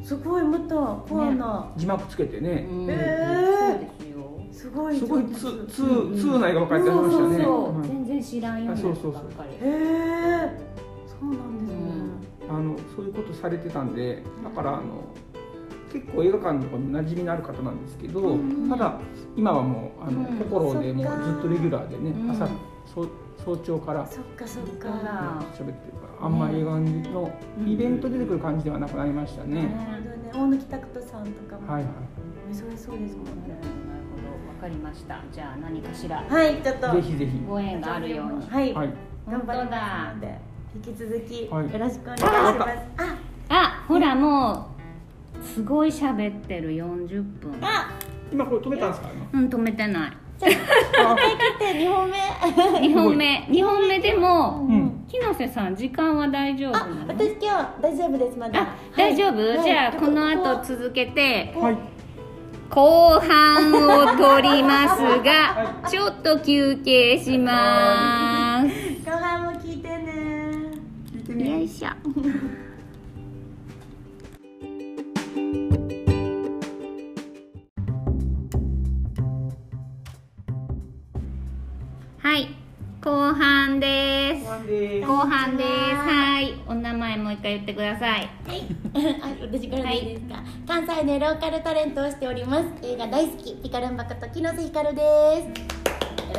え、すごいまたコアな。字幕つけてうね、んうんうんへそうえですよすごい。すごい上手通う通んうん通内が分かれてそましうたそうね、そう、はい全然知らんようあなそう人そうばそっうかりへえ、そうなんですね。あのそういうことされてたんでだからあの結構映画館とかに馴染みのある方なんですけど、うんただ今はもうあの、うん心でもそっかうずっとレギュラーでね、うん朝そう早朝からそっかそっだかか。ら喋ってるからあんまり映画のうんイベント出てくる感じではなくなりましたね、なるほどね、大貫拓人さんとかもはいお忙しそうですもんなるね。ほどわかりましたじゃあ何かしらはい、ちょっとはいぜひぜひご縁があるようにはい、はい頑張り本当だますので引き続きよはいろしくお願いします。あ、あほらもうすごい喋ってる40分あ、今これ止めたんですかうん止めてない今来て二本目。 2本目2本目でもうん木の瀬さん時間は大丈夫あな、の私今日大丈夫ですまだ。あ大丈夫、はいじゃあはいこの後続けてはい後半を取りますがちょっと休憩します後半も聞いてね。聞いてよいしょはい後半ですご飯です後半ですはいお名前もう一回言ってくださいはい、あ私からでいいですか、関西でローカルタレントをしております映画大好きピカルンバこと木瀬ひかるです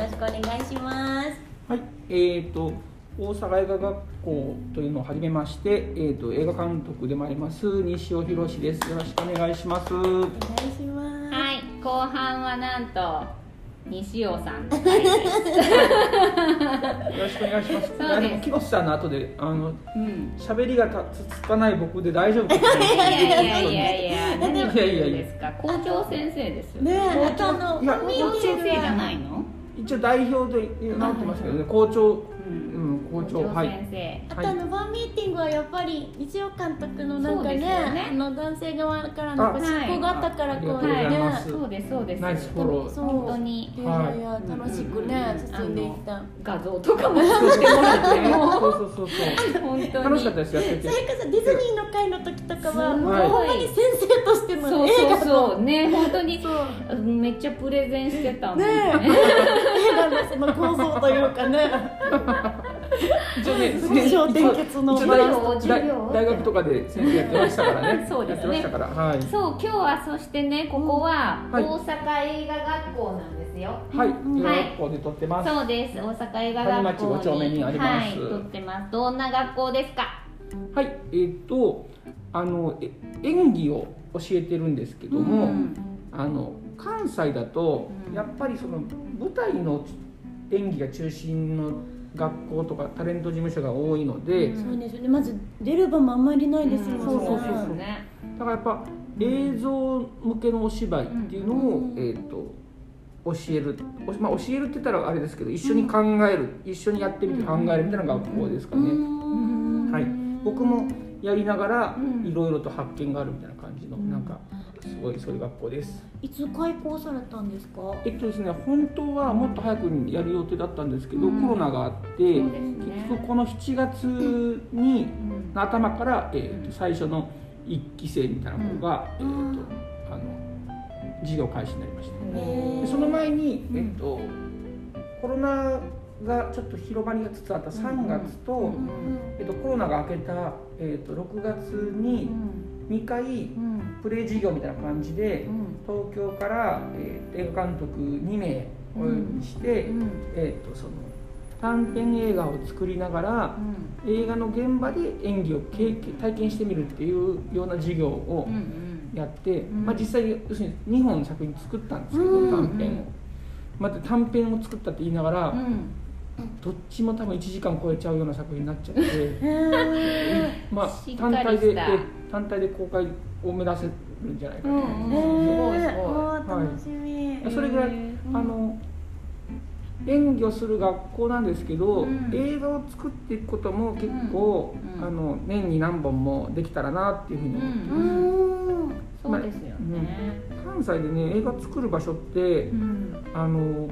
よろしくお願いしますはい、えっ、と大阪映画学校というのを始めまして、えっ、と映画監督でもあります西尾博史です。よろしくお願いします。お願いします。はい、後半はなんと西尾さん。 よろしくお願いします。そうですあの木越さんの後であのうん。喋りがつつつかない僕で大丈夫ですかいやいやいやいね。や、何言ってるんですか。校長先生ですよ。ねえ、あとあいやの校長先生じゃないの？一応代表となってますけどね、校長、う。うんん、校長、はい。先生。あとあのファンミーティングはやっぱり西尾監督のなんかねそうですよねあの男性側からのご執行があったからこあうりがとうございね、ますそうですそうです。ナイスフォロー。そう本当にいやいや楽しくねうん進んでいった、画像とかも作ってもらってもそうそうそうそう。本当に楽しかったですやってそてれ。こそディズニーの会の時とかはすもうごいほんまに先生としてのそう映画のそうそうね本当にめっちゃプレゼンしてたもんねえ映画のその構想というかね一応ね、小点結の一応まあ大授業大大学とかで先生やってましたからね。そうでやってすねましたから、はい。そう今日はそしてねここははい大阪映画学校なんですよ、はい、ん今学校で撮ってます。そうです大阪映画学校谷町五丁目にありますはい撮ってますどんな学校ですかはい、えっ、と、あの、え演技を教えてるんですけども、うんあの関西だとう。んやっぱりその舞台の演技が中心の学校とかタレント事務所が多いので。うんそうですよね。まず出る場もあんまりないですそもうんね。そうそうそうねだからやっぱ映像向けのお芝居っていうのを、うんえっ、と教える、おまあ、教えるって言ったらあれですけど一緒に考える、一緒にやってみて考えるみたいな学校ですかね、んはい、僕もやりながらうんいろいろと発見があるみたいな感じの、なんかすごいそういう学校ですいつ開校されたんですか。えっとですね本当はもっと早くにやる予定だったんですけど、うんコロナがあって、そうですね結局この7月にうんの頭から、えーとうん最初の一期生みたいな子が、うんえっとあの授業開始になりましたうんでその前に、うんえっと、コロナがちょっと広まりつつあった3月と、うんえっと、コロナが明けた、えっと、6月に2回うんプレイ事業みたいな感じでうん東京から、えー映画監督2名お呼びして、うんえっとその短編映画を作りながら映画の現場で演技を経験体験してみるっていうような授業をうんうんやって、んまあ、実際に要するに2本の作品作ったんですけど、うん短編を。また短編を作ったって言いながら、うんどっちも多分1時間超えちゃうような作品になっちゃってへえまあしっか単りした体でえ単体で公開を目指せるんじゃないかな、うんへえすごいすごいわあ楽しみ、それぐらい、うんあの演技をする学校なんですけど、うん映画を作っていくことも結構、うんうんあの年に何本もできたらなっていうふうに思って、ううんんそうですよね関西でね映画作る場所って、うんあの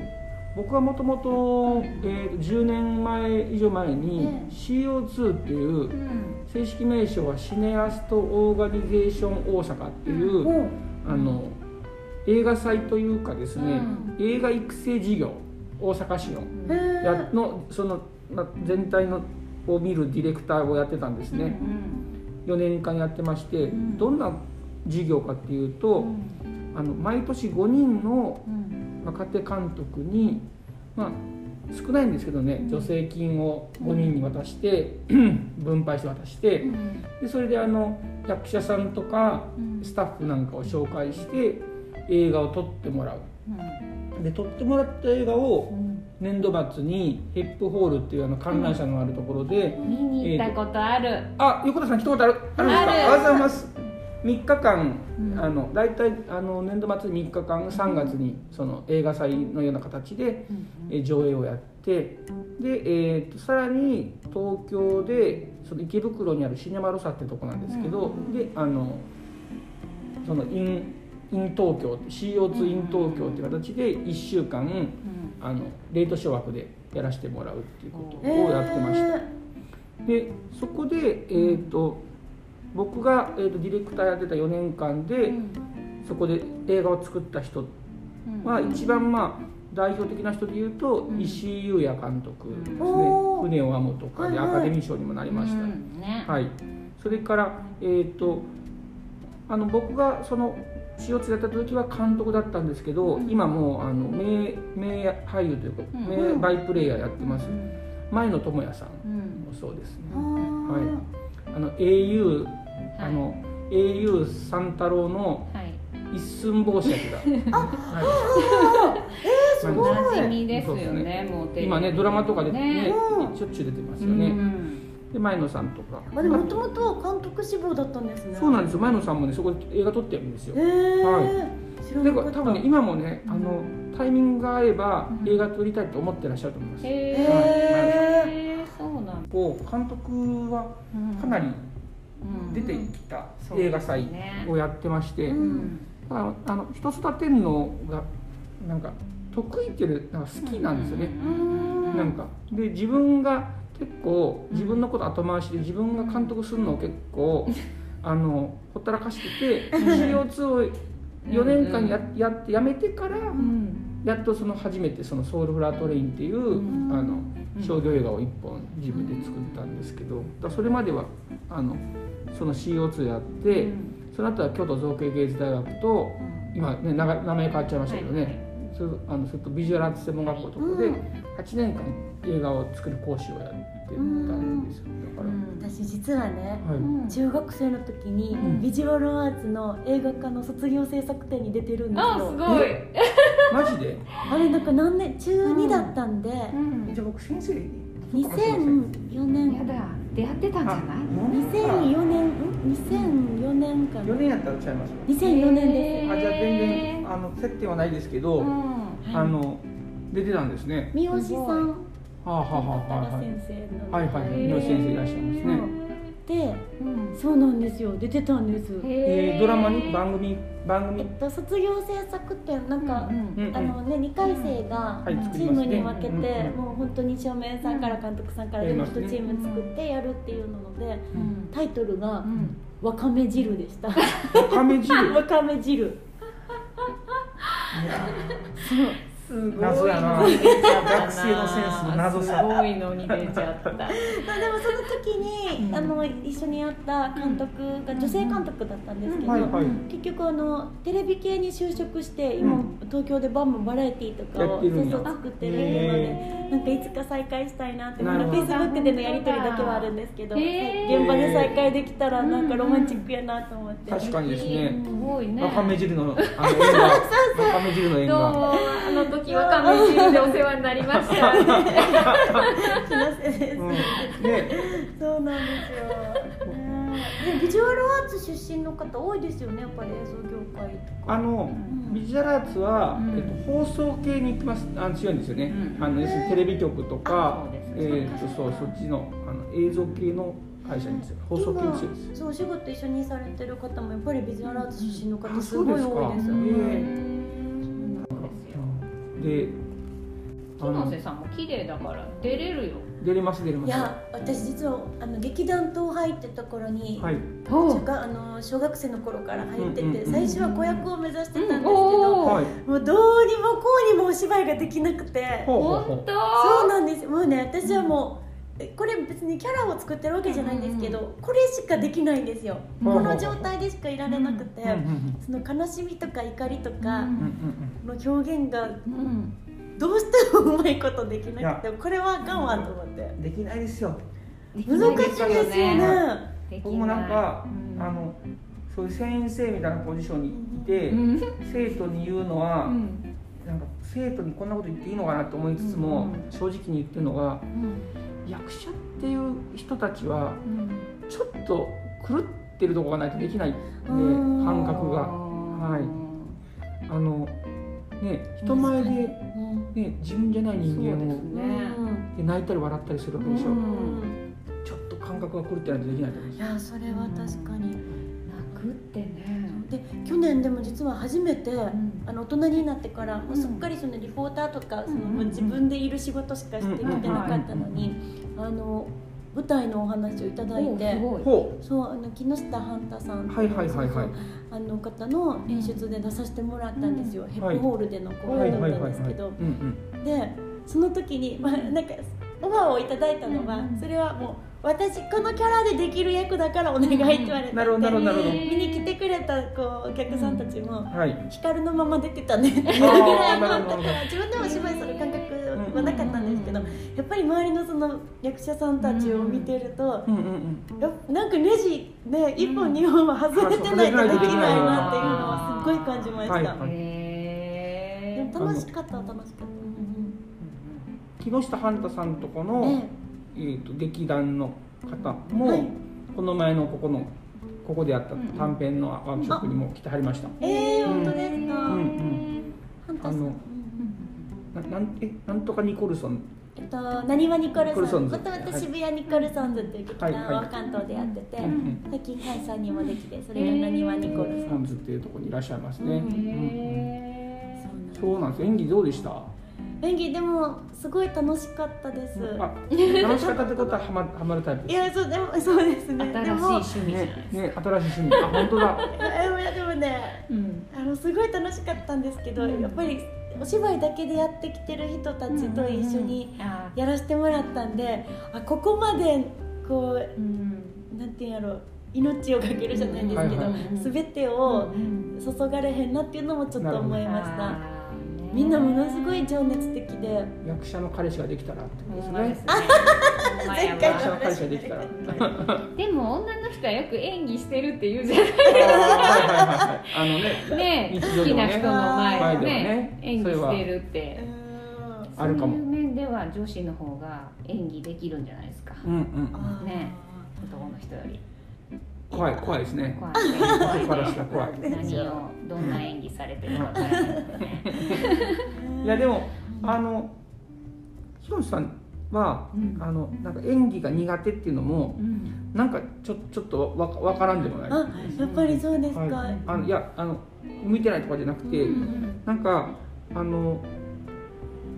僕はもともと10年前以上前にええ CO2 っていううん正式名称はシネアスト・オーガニゼーション大阪っていう、おうあの映画祭というかですね、映画育成事業大阪市のへえやのその、ま、全体のを見るディレクターをやってたんですうね、ん4年間やってまして、んどんな事業かっていうと、あの毎年5人のうん若手監督に、まあ、少ないんですけどね助成金を5人に渡して、分配して渡して、でそれであの役者さんとかうんスタッフなんかを紹介して映画を撮ってもらう。で撮ってもらった映画を年度末にヘップホールっていうあの観覧車のあるところで、見に行ったことあるあ横田さん来たことあるあるんですかあるありがとうございます3日間、うんあの大体あの年度末に3日間3月にその映画祭のような形で、えー上映をやってで、えーとさらに東京でその池袋にあるシネマロサってとこなんですけど、であのそのインイン東京 CO2 イン東京っていう形で1週間、うんあのレート小枠でやらせてもらうっていうことをやってました、でそこで、えー、と僕が、えー、とディレクターやってた4年間で、そこで映画を作った人は一番まあ代表的な人でいうと、うん石井優也監督ですね「おー船を編む」とかではアいはいカデミー賞にもなりました、うんねはい、それから、えー、とあの僕がその血をつれた時は監督だったんですけど、今もうあの名名俳優というか、うん名バイプレイヤーやってます、前野智也さんうんもそうですね、あーはい、あの au、あの au 三太郎のはい一寸法師役だ はいおなじみですよねもうテレビ今ねドラマとかでねうんしょっちゅう出てますうよね、んで前野さんとかまあでももともとは監督志望だったんですねそうなんですよ前野さんもねそこで映画撮ってるんですよへえ、は知らだかなかっらた多分ね今もねあのタイミングが合えばうん映画撮りたいと思ってらっしゃると思います、へへええへーそうなんだこう監督はうんかなりうん出てきたそう映画で祭すねをやってまして、ううんんだからあの人育てるのがなんか得意っていうよりなんか好きなんですよね、うんなんかで自分が結構自分のこと後回しで自分が監督するのを結構 あのほったらかしてて CO2 を4年間ややってやめてからうんやっとその初めてそのソウルフラワートレインっていう、うんあのうん商業映画を1本自分で作ったんですけどだからそれまではあのその CO2 やって、うんその後は京都造形芸術大学と今、ね、名が名前変わっちゃいましたけどね、はいはいそうあのそれとビジュアルアーツ専門学校とかでうん8年間映画を作る講師をやってたんですよだから、私実はねはいうん中学生の時にうんビジュアルアーツの映画科の卒業制作展に出てるんですあすよごいマジであれなんか何年中うん2だったんでうんじゃあ僕先生2004や年だ出会ってたんじゃない2004年ん2004年かな4年やったらちゃいますよ2004年でへすーあじゃあ全然あの接点はないですけど、うんあの出てたんですね三好さんはあはあはあ高は先生のいはいはいはいはい三好先生いらっしゃいますねでてうんそうなんですよ出てたんですえードラマに番組番えっ組と卒業制作権なんか、うんうんあのね2回生がはい作チりーまムすねに分けうんてうんもう本当に照明さんから監督さんからやでりもます一ねチーム作ってやるっていうのでうんタイトルがうん「わかめ汁」でした わかめ汁わかめ汁 すごい謎やなのに出ちゃったな学生のセンスの謎さすごいのに出ちゃったまあでもその時に、あの一緒にやった監督が女性監督だったんですけど、はいはい結局あのテレビ系に就職して今、うん東京でバンバンバラエティーとかやっをてるそうんそやう作ってるのでなんかいつか再会したいなってなまだるフほェどイスブックでのやり取りだけはあるんですけどへー現場で再会できたらなんかうんロマンチックやなと思って。確かにですうねんすごいねわかめ汁 のあの縁がわかめ汁の縁どうがもあの時は亀汁でお世話になりま した気のせいですうんねそうなんです よ。ねえビジュアルアーツ出身の方多いですよねやっぱり映像業界とか。あのうんビジュアルアーツは、うんえっと、放送系に行きますあの強いんですよね、うんあの要するにテレビ局とかあそうですねえーっとそうそっちのあの映像系の会社に強い放送系に強いです今そうお仕事一緒にされてる方もやっぱりビジュアルアーツ出身の方あすそうごでいすか多いですよへえね。であ木の瀬さんも綺麗だから出れるよ出れます出れまいすや私実はあの劇団と入ってた頃に、はい小学あの小学生の頃から入ってて、うんうんうん最初は子役を目指してたんですけど、うんおーはいもうどうにもこうにもお芝居ができなくてほうほうほ本う当そうなんですもうね私はもうえこれ別にキャラを作ってるわけじゃないんですけど、これしかできないんですよ、うんこの状態でしかいられなくて、うんうんその悲しみとか怒りとかうんうんの表現がうんどうしてもうまいことできなくいてこれはあかんわと思ってうんできないですよ難しいですよねできい僕もなんか、うんあのそういう先生みたいなポジションにいて、うん生徒に言うのは、うんなんか生徒にこんなこと言っていいのかなと思いつつも、うん正直に言ってるのがうん役者っていう人たちはうんちょっと狂ってるとこがないとできないんでうん感覚がはいあのね人前で、ね、自分じゃないそうです人間をねねで泣いたり笑ったりするわけでしょ、ううんんちょっと感覚が狂ってないとできないと思いまいやそれは確かに泣くってねで去年でも実は初めて、んあの大人になってからもうすっかりそのリポーターとか、そのうんうんうん自分でいる仕事しかしてきてなかったのに、あの舞台のお話をいただいおてす。ごいすほそうあの木下半太さんうはいはいはいそうそはいうあの方の演出で出させてもらったんですよ、ヘップホールでの公はい演だはっいたはいはんいですけど、うんうんでその時に、まあ、なんかオファーをいただいたのは、うんそれはもう私このキャラでできる役だからお願いって言われて、なるほどなるほどなるほ見に来てくれたこうお客さんたちも、どはい光のまま出てたねっていうぐらいのだから自分でもお芝居する感覚はなかったんですけどうんやっぱり周りのその役者さんたちを見てるとうんうんうんやっぱなんかレジね1う本ん2本は外れてないとできないなっていうのあはすっーごい感じましたはいはいへでーも楽しかったは楽しかった木下半太さんとこうんうのん、えー、と劇団の方も、はいこの前のここのここでやったうん短編のワークショップにも来てはりました、ええー、本当ですか、うんうんハンタさんあのうんななんえなんとかニコルソンえっと、なにわニコルニコルソソンンズズまたまたはい渋谷ニコルソンズっていう劇団はいはをい関東でやってて、うんうん最近解散にもできてそれがなにわニコルソンズソンズっていうところにいらっしゃいますね、うんうんうんへそうなんです演技どうでした演技でもすごい楽しかったです。あ楽しかったってことはハマハマるタイプいやそうでも そうですね。ーでも新しい趣味じゃないねね新しい趣味あ本当だえいやでもねうんあのすごい楽しかったんですけど、うんやっぱりお芝居だけでやってきてる人たちと一緒にあーやらせてもらったんで、あここまでこうんうなんていうんやろう命をかけるじゃないですけど、うんはいはいすべてうをん注がれへんなっていうのもちょっと思いました。あーねみんなものす ごい情熱的で、役者の彼氏ができたらってことでほすんまでねすねほんま や前わ回役者の彼氏ができたらあでも女の人はよく演技してるって言うじゃーはいはいはいはいあのねんね日好常きでもなね人の前でね前で演もね技してるってうんあるかもそういう面では女子の方が演技できるんじゃないですか、うんうんあーね男の人より怖い怖いですね怖いね彼氏が怖い何をどんな演技されてるかわからないよねいやでもあの広瀬さんは、うんあのなんか演技が苦手っていうのもうんなんかちょちょっとわわからんでもない、はあやっぱりそうですか、い、あのいやあの向いてないとかじゃなくて、うんなんかあの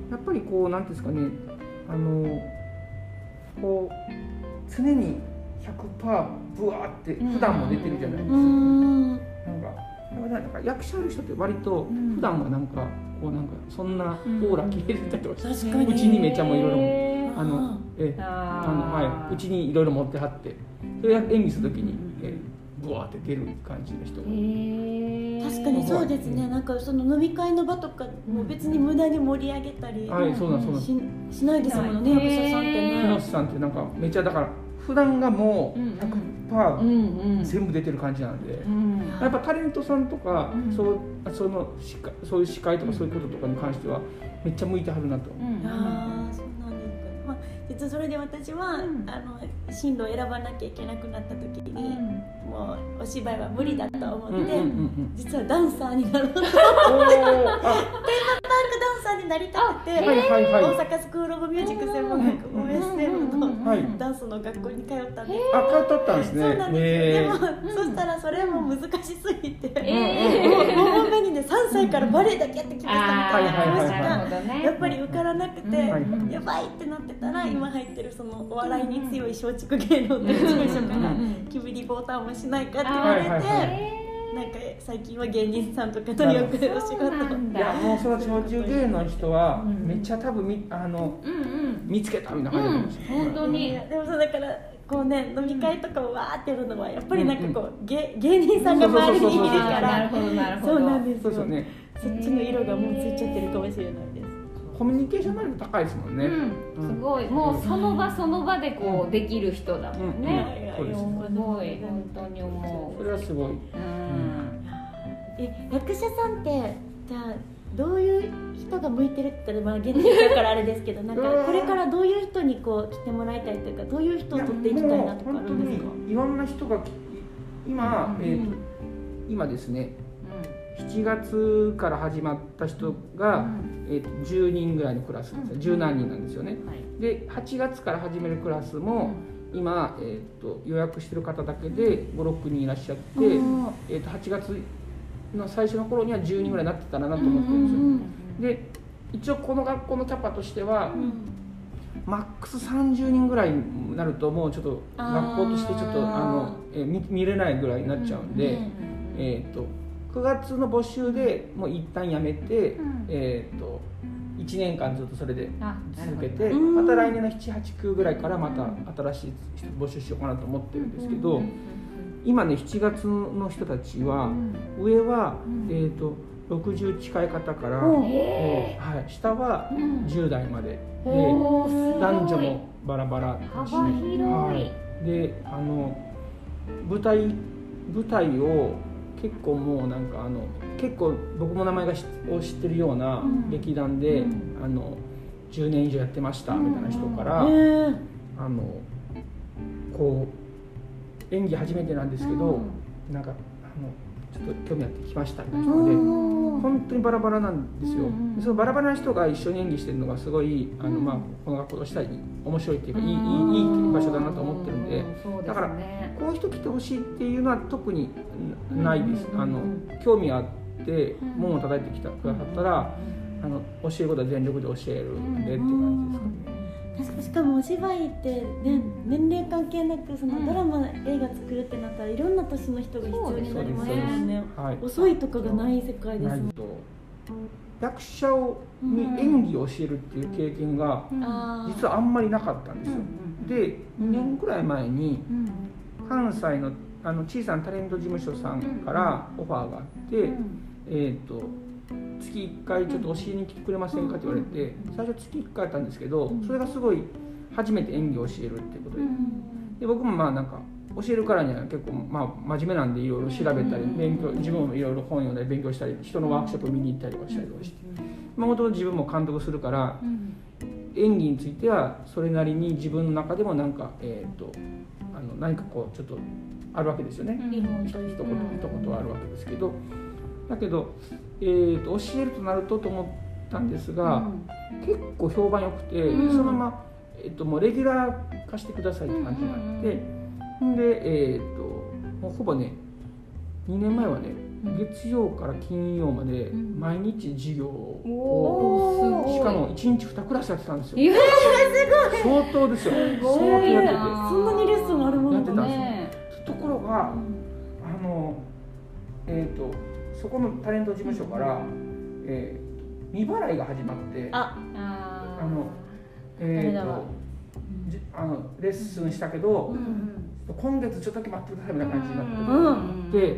やっぱりこうなんていうんですかねあのこう常に100%ブワーって普段も出てるじゃないですか、うんなんかなんか役者ある人って割とん普段はなんかこうなんかそんなオーラ消えてたりとかして、確かにうちにめちゃもいろいろへーあのええあのあはーいうちにいろいろ持ってはってそれや演技するときにうんええブワーって出る感じの人へー確かにそうですね、なんかその飲み会の場とかも別に無駄に盛り上げたり、はいそうなんそうなんししないですものね、役者さんってへね広瀬さんってなんかめっちゃだから普段がもううんパうーんうん全部出てる感じなんでうんやっぱタレントさんとかうんそうその司会そういう司会とかそういうこととかに関してはめっちゃ向いてはるなとうんああそうなんですか、まあ、実はそれで私は、うんあの進路を選ばなきゃいけなくなった時に、もうお芝居は無理だと思って、うんうんうんうん実はダンサーに なろうとパークおーあダンサーになりたくて、はいはいはい大阪スクール・オブ・ミュージック専門学校うん OSM のはいダンスの学校に通ったんですけどあ、変わっとったんです ね。そうなんですよ、えーでも、そしたらそれも難しすぎて、えうんーもうもう目にね3歳からバレエだけやってきましたみたいなあー話はいはいがどやっぱり受からなくて、うんはいやばいってなってたら今入ってるそのお笑いに強い松竹芸能という事務所かうんうんらうん「君リポーターもしないか」って言あーわれて、はいはいはなんか最近は芸人さんとかとよくお仕事をいや、もうその鳥中芸の人は、うんめっちゃ多分み、あの、うんうん見つけたみたいな感じだと思います本当にでもそうだからこうね飲み会とかをわーってやるのはやっぱりなんかこう、芸芸人さんが周りにいるかなるらほどなるほどそうなんですそうでよすよね。そっちの色がもうついちゃってるかもしれないです。コミュニケーション能力高いですもんね。うん、すごいもうその場その場でこうできる人だもんね、いやいやそうですねすごい本当に思それはすごい。ううんえ役者さんってじゃあどういう人が向いてるって言ったらまあ現代だからあれですけどなんかうんこれからどういう人にこう来てもらいたいというかどういう人を取っていきたいなとかあるんですかもう本当にいろんな人がき、今、うんえーと今ですね。7月から始まった人が、えーと10人ぐらいのクラスなんですよ、10うん何人なんですよねうんはいで8月から始めるクラスも、今、えー、と予約してる方だけで56人いらっしゃって、うんえー、と8月の最初の頃には10人ぐらいになってたらなと思ってるんですよ、うんで一応この学校のキャパとしては、マックス30人ぐらいになるともうちょっとあー学校としてちょっとあの、えー見見れないぐらいになっちゃうんで、うんえー、と9月の募集でもう一旦やめて、うんえー、と1年間ずっとそれであなる続ほけどてうんまた来年の789ぐらいからまた新しい人募集しようかなと思ってるんですけど、今ね7月の人たちは、上は、うんえー、と60近い方から、うんええーはい、下はーうん10代まででおーすごい男女もバラバラだし幅広いはい、であの舞台舞台を結構もうなんかあの結構僕も名前がしを知ってるようなうん劇団で、うあの10年以上やってましたみたいな人から、えーあのこう演技初めてなんですけど、なんかあのちょっと興味あってきましたみたいな人で。本当にバラバラなんですよ、うんうんでそのバラバラな人が一緒に演技してるのがすごいあの、まあ、この学校としては面白いっていうか、いいいいいい場所だなと思ってるんで、だからこういう人来てほしいっていうのは特にうんないです、うんあの興味あってん門を叩いてきたくださったら、あの教えることは全力で教えるんでっていう感じですかね。確かしかもお芝居って、ね、年齢関係なくそのドラマ、映画作るってなったらいろんな年の人が必要になりますよそうねはい遅いとかがない世界ですなもいんと役者をに演技を教えるっていう経験があ実はあんまりなかったんですよ。でうん2年くらい前に関西のあの小さなタレント事務所さんからオファーがあって、えー、と月1回ちょっと教えに来てくれませんかって言われて最初月1回やったんですけどそれがすごい初めて演技を教えるっていうことでで僕もまあなんか教えるからには結構まあ真面目なんでいろいろ調べたり勉強自分もいろいろ本読んだり勉強したり人のワークショップ見に行ったりとかしたりとかしてもともと自分も監督するから演技についてはそれなりに自分の中でもなんか、えー、とあの何かこうちょっとあるわけですよね、日本一と言いう一言はあるわけですけどだけど、えー、と教えるとなるとと思ったんですが、結構評判良くて、うんそのままえっと、もうレギュラー化してくださいって感じになって、んで、えーっともうほぼね2年前はね月曜から金曜までん毎日授業を、おおしかも1日2クラスやってたんですいよや相当ですよごい相当やっててなそんなにレッスンあるものやってたかんですね。ねところがあのえーっとそこのタレント事務所から、えー未払いが始まってああーあのダえメーっだわとじあのレッスンしたけど、うん今月ちょっとだけ待ってくださいみたいな感じになって、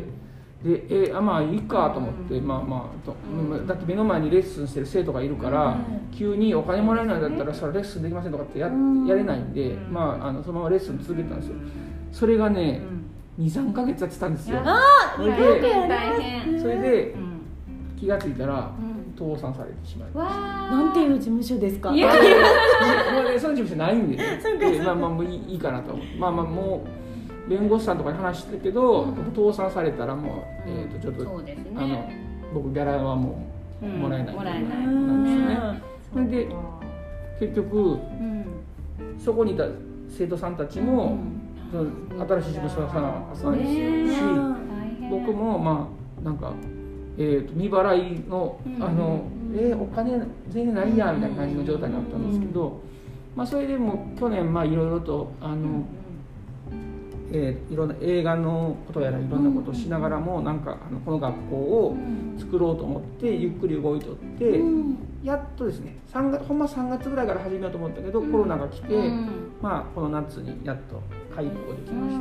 うでんでえーあまあいいかと思って、まあまあと、んまあだって目の前にレッスンしてる生徒がいるから、うん急にお金もらえないんだったらそれレッスンできませんとかってや,、うんやれないんで、うんまあ、あのそのままレッスン続けてたんですよそれがうね、ん23か月やってたんですよあそれ大で変大変それでうん気が付いたらうん倒産されてしまいましわなんていう事務所ですか。あいやたもうねその事務所ないんでねそうかでまあまあもういいいいかなとまあまあもう弁護士さんとかに話してたけど、倒産されたらもう、えー、とちょっとそうですねあの僕ギャラはもううんもらえない、もらえうないんそれで結局うんそこにいた生徒さんたちも、その新しい事務所がさなさないし、ね大変僕もまあなんか、えー、と未払いの,、うんあのえーお金全然ないやみたいな感じの状態になったんですけど、まあ、それでも去年まあいろいろとあの、えーいろんな映画のことやらいろんなことをしながらも、なんかあのこの学校を作ろうと思ってゆっくり動いとって。やっとですね3月ほんま3月ぐらいから始めようと思ったけど、うんコロナが来て、うんまあこの夏にやっと開校できまし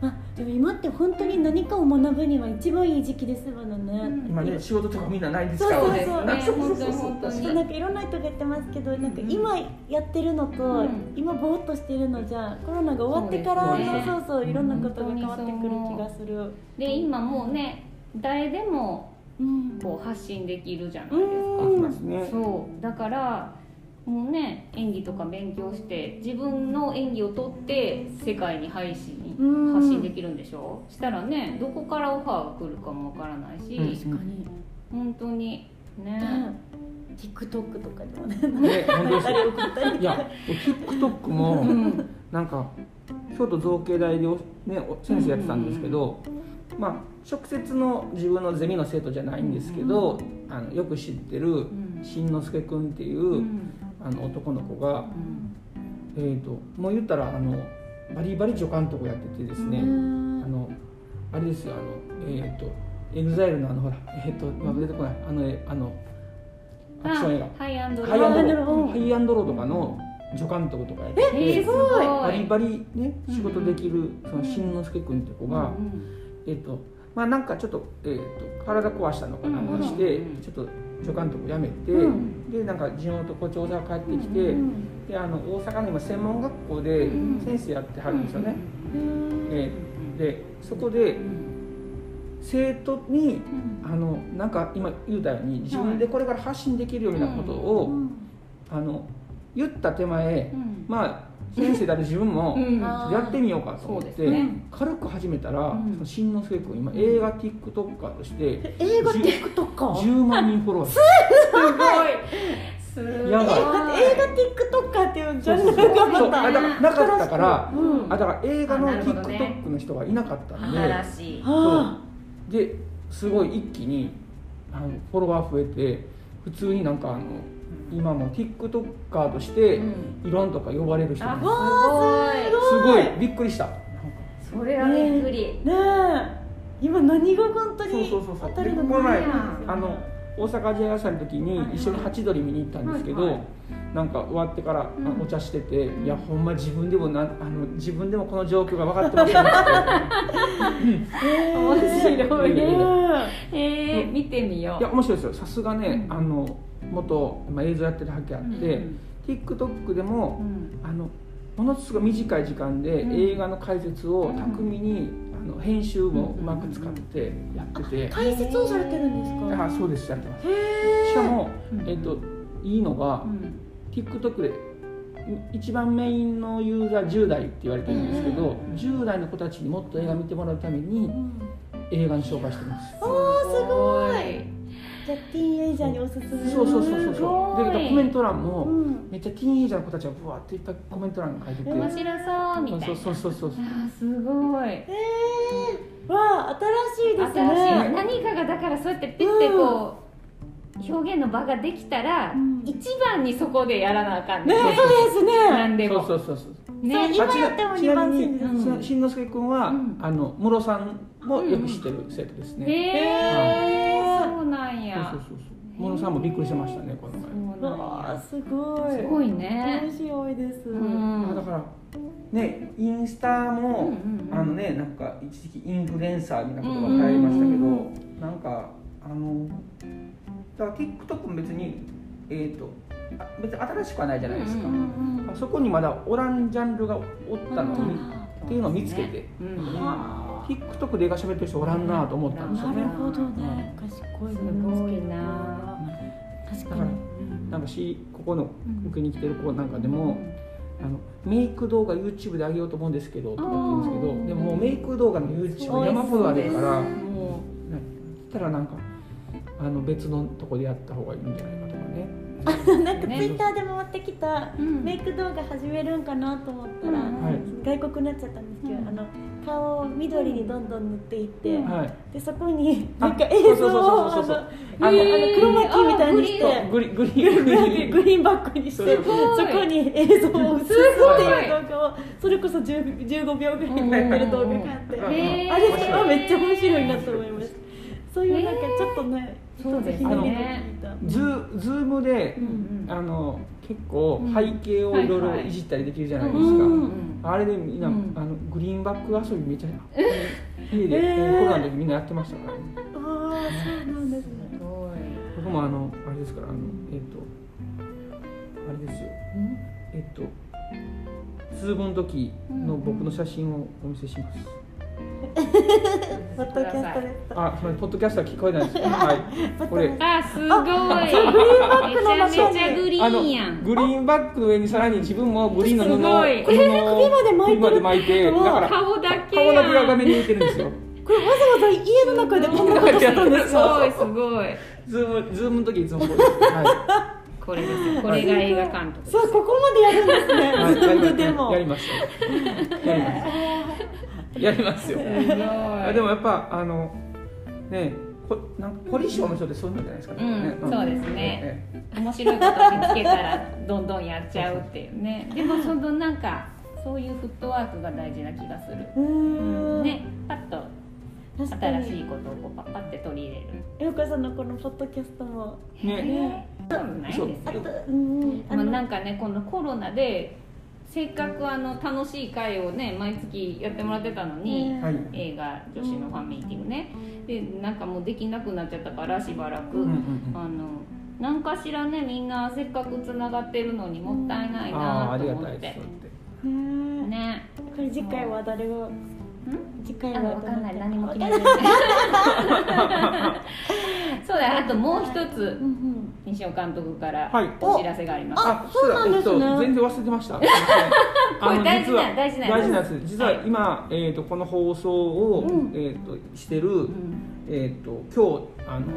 た、あ、でも今って本当に何かを学ぶには一番いい時期ですものね。今ね仕事とかみんなないですからそうそうですねね本当に本当そうになんかいろんな人が言ってますけど、なんかうん今やってるのと、うん今ぼーっとしてるのじゃコロナが終わってからそうですのねそうそううんいろんなことが変わってくる気がする。で今もうね誰でもうんこう発信できるじゃないですかそううでんすねそうだからもうね演技とか勉強して自分の演技をとって世界に配信うん発信できるんでしょしたらねどこからオファーが来るかもわからないし、うん確かに。本当にねね、TikTok とかでもね。ね本当ですよ送ったりいや TikTok うもんなんか京都造形大でお、ね、お先生やってたんですけど、まあ直接の自分のゼミの生徒じゃないんですけど、あのよく知ってるんしんのすけくんっていう、うんあの男の子がうんえー、ともう言ったらあのバリバリ助監督やっててですね、あのあれですよあのえっ、ー、とエグザイルのあのほらえっ、と今出てこないあのえあのアクション映画ハイアンドハイアンドロローーハイアンドローとかの助監督とかやってえー、すてごいバリバリね仕事できるそのしんのすけくんって子が、うんえっ、とまあなんかちょっと,、えー、と体壊したのかなうんんかして、うんちょっと助監督辞めて、うんでなんか地元こっち大阪帰ってきて。うんであの大阪の今専門学校でうん先生やってはるんですよね、えうんーでそこでうん生徒にうんあのなんか今言うたように自分でこれから発信できるようなことを、あの言った手前うんまあ先生だって自分もうんあーやってみようかと思っそうて、ですね軽く始めたら、うんそのしんのすけ君今映画 TikToker として映画じゅ TikToker。 10万人フォロワー すすごいすごいやばい映画 TikToker っていうジャンルがまたあだからなかったからうんあだから映画のあなるほどね TikTok の人がいなかったんで。新しいそうはですごい一気にあのフォロワー増えて普通になんかあの今も TikToker としてうんいろんとか呼ばれる人あもすごいすごいびっくりしたそれはびっくり、あ。ねえ。今何が本当にそうそうそうそう当たりのでこの前ないんですよねあの大阪アジア野菜の時はいはいに一緒にハチドリ見に行ったんですけど、はいはいなんか終わってからあうんお茶してて、うんいやほんま自分でもなあの自分でもこの状況が分かってませんでしたって 面白いねえー、見てみよいや面白いですよさすがね、うんあの元、まあ、映像やってるハケあう。って、TikTok でも、うん、あのものすごい短い時間でうん映画の解説を巧みに、あの編集もうんうまく使ってやってて、解説をされてるんですうんか。あそうですやってますへえ。しかも、うんえっといいのが、うん、 TikTok で一番メインのユーザー10代って言われてるんですけど、うん10代の子たちにもっと映画見てもらうためにうん映画の紹介してますおーすごいじゃあティーンエイジャーにおすすめのそうそうそうそうすごそういでコメント欄も、うんめっちゃティーンエイジャーの子たちがブワーっていっぱいコメント欄に書いてて面白そうみたいそなうそうそうそうそうあーすごいえー、わあ新しいで新すしいね何かがだからそうやってピッてこう表現の場ができたらうん一番にそこでやらなあかんねねそうですね何でそうもそうそうそうねそう今やってもあちなちなみ二番煎じですにししんのすけ君は、うんあのムロさんもよく知ってる生徒ですね、へえそうなんやそうそうそうそうムロさんもびっくりしましたねこの前、そうなんわあやすごいすごい面ね白いです、うんあだからねインスタも、うんうんうんあのねなんか一時期インフルエンサーみたいなことが流行りましたけど、うんうなんかあのだから TikTok も別にえっ、とあ別に新しくはないじゃないですか、うんうんそこにまだおらんジャンルがおったのに、っていうのを見つけて、うんうんあ TikTok で映画喋ってる人おらんなと思ったんーですよなね、るほどね賢いすの見ごいつなけただ確かからになんかしここのうん受けに来てる子なんかでも、あのメイク動画 YouTube で上げようと思うんですけどとかって言うんですけどでももうメイク動画の YouTube 山ほどあるからそうですねもうねだったらなんかあの別のとこでやった方がいいんじゃないかとかね なんかツイッターで回ってきたうんメイク動画始めるんかなと思ったら、うんはい外国になっちゃったんですけど、うんあの顔を緑にどんどん塗っていって、うんはいでそこにあなんか映像そをうそうそうそうそうあのあのへークロマキーみたいにしあてグリグリグリーングリーンバックにしてすそごいこに映像を映すっていう動画をそれこそ10 15秒ぐらいになってる動画があって、うんへーあれはめっちゃ面白いなと思いますそういうなんかちょっとね、えーちょっとひねりが聞いたズーズームでうんうんあの結構うん背景をいろいろいじったりできるじゃないですか、うんあれでみんな、うんあのグリーンバック遊びめちゃ家で、えーコロナの時みんなやってましたからねああそうなんですねすごい僕もあのあれですからあのえっ、とあれですよえっ、と通分の時の僕の写真をお見せします、ポッドキャストですあすみませんポッドキャストは聞こえない ですねはいこれあすごいめちゃめちゃグリあーのンやんグリーンバックの上にさらに自分もグリーンの布をすごい首の首まで巻いてる首まで巻いてだから顔だけ顔やんだけが画面に浮いてるんですよこれわざわざ家の中でこんなことしてたんですすかごいすごいズームズームの時いつもこうです、 はこれですよこれが映画監督ですそうここまでやるんですねい、はい、ズーム でやもりますやりますやりますよすごいあでもやっぱあのねこなんか凝り性の人ってそういうのじゃないですか、うんねそうですねええ面白いこと見つけたらどんどんやっちゃうっていうねでもそのなんかそういうフットワークが大事な気がするうーんねパッと確か新しいにことをこうパッパッて取り入れるようこさんのこのポッドキャストもねねそんなことないですあよとうんまあ、なんんかねこのコロナでせっかくあの楽しい会をね毎月やってもらってたのに、はい映画女子のファンミーティングねでなんかもうできなくなっちゃったからしばらく、うんうんうんあの何かしらねみんなせっかくつながってるのにもったいないああなあとりが思たいっでてすそうやってねねこれ次回は誰をん次回あはのわかんない何も決めないてないそうだあともう一つ西尾監督からはいお知らせがあります、あそうなんですねそうだえっと全然忘れてました。すいませんこれ大事なあの大事なやつ大事なやつ。実ははい今、えっ、とこの放送を、うんえっ、としてる、うんえっ、と今日あうの、ん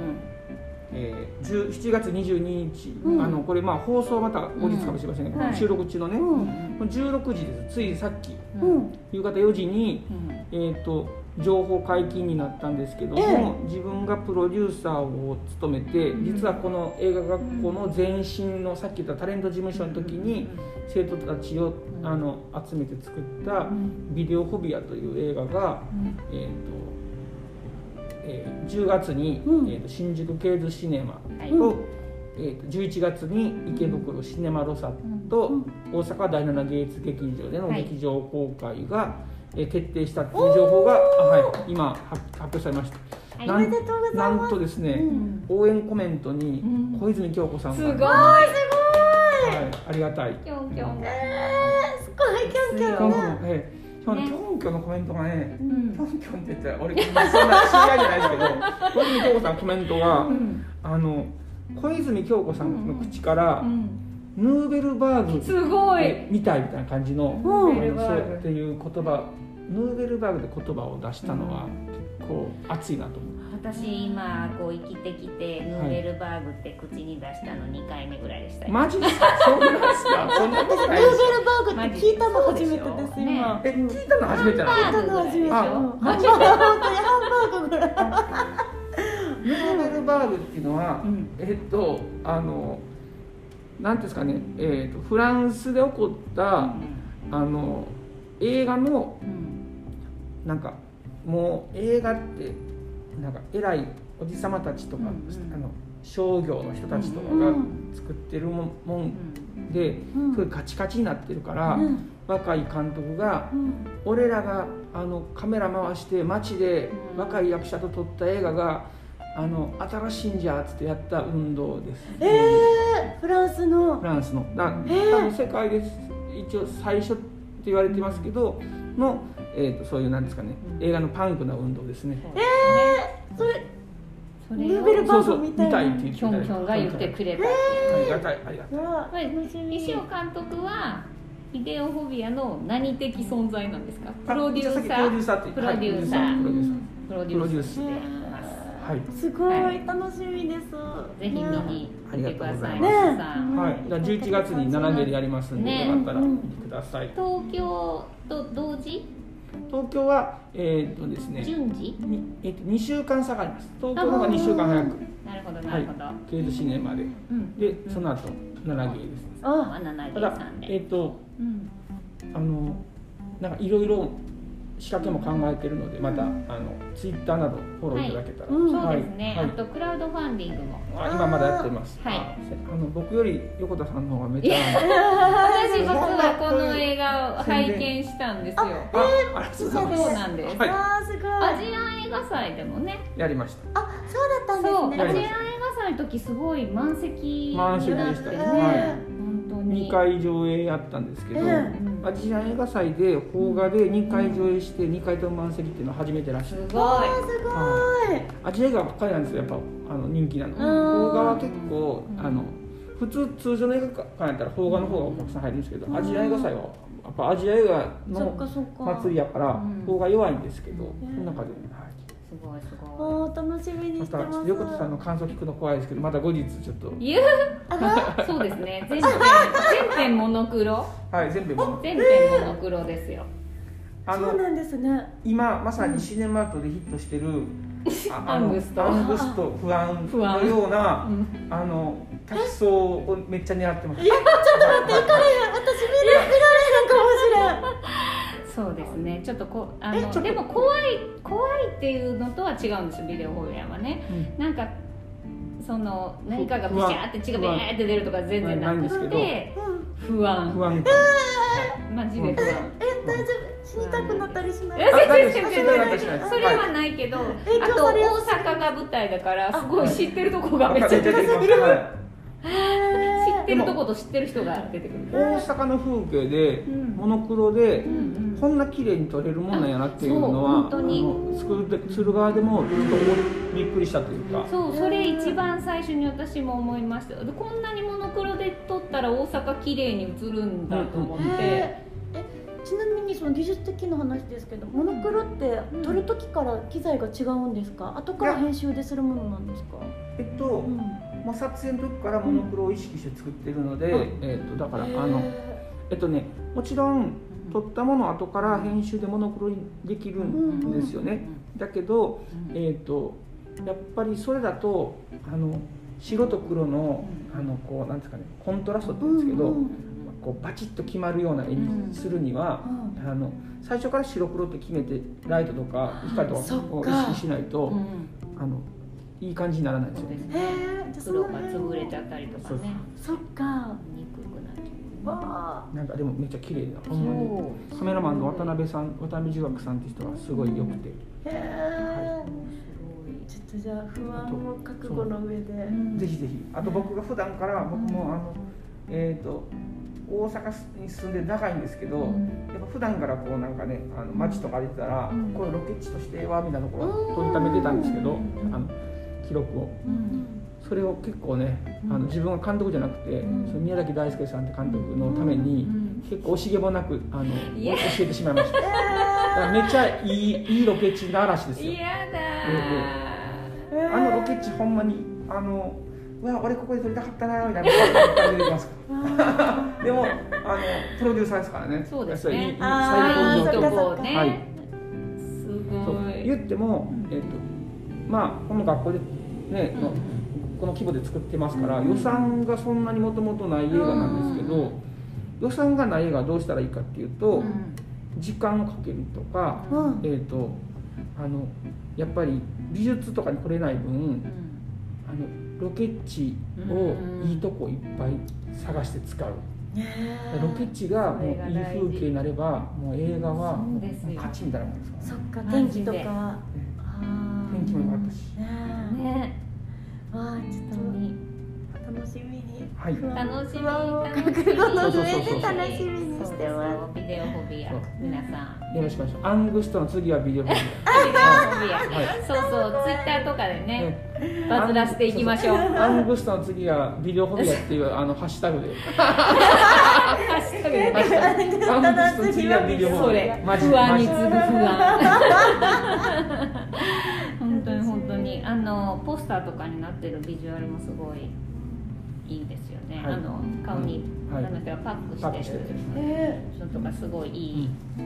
えー、10 7月22日、うんあのこれまあ放送また後日かもしれませんけど、うんはい収録中のね、うんこれ16時です。ついさっきうんうん夕方4時にうんえっ、と情報解禁になったんですけども、え自分がプロデューサーを務めて、うん実はこの映画学校の前身のさっき言ったタレント事務所の時に。生徒たちをうんあの集めて作ったう「んビデオフォビア」という映画が、えーとえー10月に、うんえーと新宿ケーズシネマはいと,、えーと11月に池袋シネマロサと、大阪第7芸術劇場でのはい劇場公開が、えー決定したという情報が、あはい、今発発表されました。はいなおめでとうございんなますんとですね、うん応援コメントにうん小泉京子さんすが、ごいはい、ありがたい。キョンキョンがえーすごいキャンキキョャンンキねョン、ええ、キョンねキョンキョンのコメントがねう、キョんンキョンって言ったら、俺、そんな知り合いじゃないですけど、小泉京子さんのコメントが、あの。小泉京子さんの口から、うんヌーベルバーグ。すごいみたいみたいな感じの、うんあヌーベルのバーそうグっていう言葉。ヌーベルバーグで言葉を出したのは、結構熱いなと思って。私今こう生きてきてヌーベルバーグって口に出したの2回目ぐらいでしたよ、マジですかそうなんですかそんなことないですよルバーグって聞いたの初めてですマジで今え聞いたの初めてなの聞いたの初めてあうんマジで本当にハンバーグぐらいヌーベルバーグっていうのは、うんえっとあのなんていうんですかね、えっとフランスで起こった、あの映画のうんなんかもう映画ってなんか偉いおじさまたちとか、うんうんあの商業の人たちとかうがん作ってるもん,、うんでうんすごいガチガチになってるから、うん若い監督がうん俺らがあのカメラ回して街でうん若い役者と撮った映画があの新しいんじゃっつってやった運動です、えーフランスのフランスのだうん多分世界です一応最初って言われてますけどの、えー、とそういうなんですかねうん映画のパンクな運動ですねそうそれそヌれーベルをバそうそーグうみ見たいたないって言ってキョンキョンが言ってくれたありがたいありがたいわこれ西尾監督はイデオフォビアの何的存在なんですかプロデューサあーさっきプロデューサーってププロロデデュューーサーサープロデュースしてますはいすごはいい楽しみですぜひ見に行ってくださいね西尾さんうんはい、だから11月に並んででやりますんで、ねよかったら見てください。東京と同時東京は、えっ、とですね、順次にえっ、と2週間下がります。東京の方が2週間早く、なるほどなはるいほど、、ケイズシネマで、うんで、その後、奈良芸です。ああ7た芸ださん、で、えっ、と、うんあの、なんかいろいろ仕掛けも考えてるので、また、あの、ツイッターなどフォローいただけたら、はいうんそうですね、はいあとクラウドファンディングもあ今まだやってます。はいああの僕より横田さんの方がめちゃ。私実はこの映画を拝見したんですよあ、ありがとうございまそうなんですす。はい、あーすごいアジア映画祭でもねやりました。あそうだっそたうアんジですアやりましたね映画祭の時すごい満席にな満っ席てねでしたねはい本当2に、回上映あったんですけど、うんうんアジア映画祭で邦画で2回上映して2回とも満席っていうのは初めてらしいすわごいーすごいアジア映画ばっかりなんですよやっぱあの人気なの邦ん画は結構うんあの普通通常の映画館やったら邦画の方がお客さん入るんですけどアジア映画祭はやっぱアジア映画そっのかそっか祭りやからうん邦画弱いんですけど、んその中で、はすごいすごおー楽しみい、にましてたまちすょっと横田さんの感想聞くの怖いですけどまた後日ちょっとい言うそうですね全編全編モノクロはい全部もう全編モノクロですよあそのうなんですね今まさにシネマートでヒットしてる、ああのアングストアングスト不安不安のようなうんあの客層をめっちゃ狙ってます。いやちょっと待って行かれへん私見ら見られへんかもしそうですねちょっとこあえちょっのとでも怖い怖いっていうのとは違うんですビデオホールはねうんなんかその何かがブ不シ安ャーって血がビャーって出るとか全然なく不安ないてれんうん不安不安。マジで不安え大丈夫死にたくなったりしないえあ全然大全丈夫然大丈夫それはないけどあ影響とされや大阪が舞台だからすごい知ってるとこがめっちゃ出出ててきくます。はるい知えってるとこと知ってる人が出てくる大阪の風景で、うんモノクロでう、んこんな綺麗に撮れるもんなんやなっていうのは、あそう本当にあの作って鶴川でもずっとびっくりしたというか。そうそれ一番最初に私も思いましたでこんなにモノクロで撮ったら大阪綺麗に映るんだと思って、えーえちなみにその技術的な話ですけどモノクロって撮る時から機材が違うんですか後から編集でするものなんですかえっとう、んもう撮影の時からモノクロを意識して作ってるので、うんえっとだからあへーのえっとねもちろん撮ったものを後から編集でモノクロにできるんですよね。だけど、うんえー、とやっぱりそれだとあの白と黒のあのこうなんですかねコントラストって言うんですけど、うんうんこうバチッと決まるような絵にするには、あの最初から白黒って決めてライトとか光とかそっかを意識しないと、うんあのいい感じにならないですそうよでねす。へねえじゃあそ黒のが辺潰れちゃったりとかねそっか憎くなってわなんかでもめっちゃ綺麗なほんまにそカメラマンの渡辺さん渡辺儒学さんって人がすごい良くてーへえちょっとじゃあ不安も覚悟の上でうぜひぜひあと僕が普段から僕もあの、えっ、と大阪に住んで長いんですけど、うんやっぱ普段からこうなんかねあの街とか歩いてたら、うんこれロケ地としてはみたいなところを取りためてたんですけど、あの記録をうんそれを結構ねあの自分は監督じゃなくて、うんその宮崎大輔さんって監督のために、うん結構惜しげもなくあの教いやえてしまいましただからめっちゃいいいいロケ地の嵐ですよ嫌だー、うんケッチほんまにあのうわ俺ここで撮りたかったなみたいな感じで出てますかあらでもあのプロデューサーですからねそうですねいやいいいいあー最最高高ののそっかそとっこかね、はいすそうごい言っても、えっとまあこの学校でね、うんのこの規模で作ってますから、予算がそんなにもともとない映画なんですけど、うん予算がない映画はどうしたらいいかっていうと、うん時間をかけるとか、うんえっ、とあのやっぱり美術とかに来れない分あのロケ地をいいとこいっぱい探して使う、ロケ地がもういいそれが大事風景になればもう映画はそうですよ勝ちみたいなもんですからねそっかマ天ジ気でとかえあえ天気も良かったし。うあんねわあち本ょ当っとに楽しみにはい不安楽しみ不安を抱楽しえみてそう楽そうそうそうしみにしてますビデオホビアそう皆さんよろしくお願いします。アングストの次はビデオフィルム。ビデオホビア、はそうそうツイッターとかでねバズらせていきましょうそうそうアングストの次はビデオフォビアっていうあのハッシュタグで。ハッシュタグでハッシュタグアングストの次はビデオフォそビアれ。マジ不安に次ぐマ不安本当に本当にあのポスターとかになってるビジュアルもすごいいいですよね、はいあの顔に、はいあの人がパックパックししててるるえ人とかすごいいい、ジ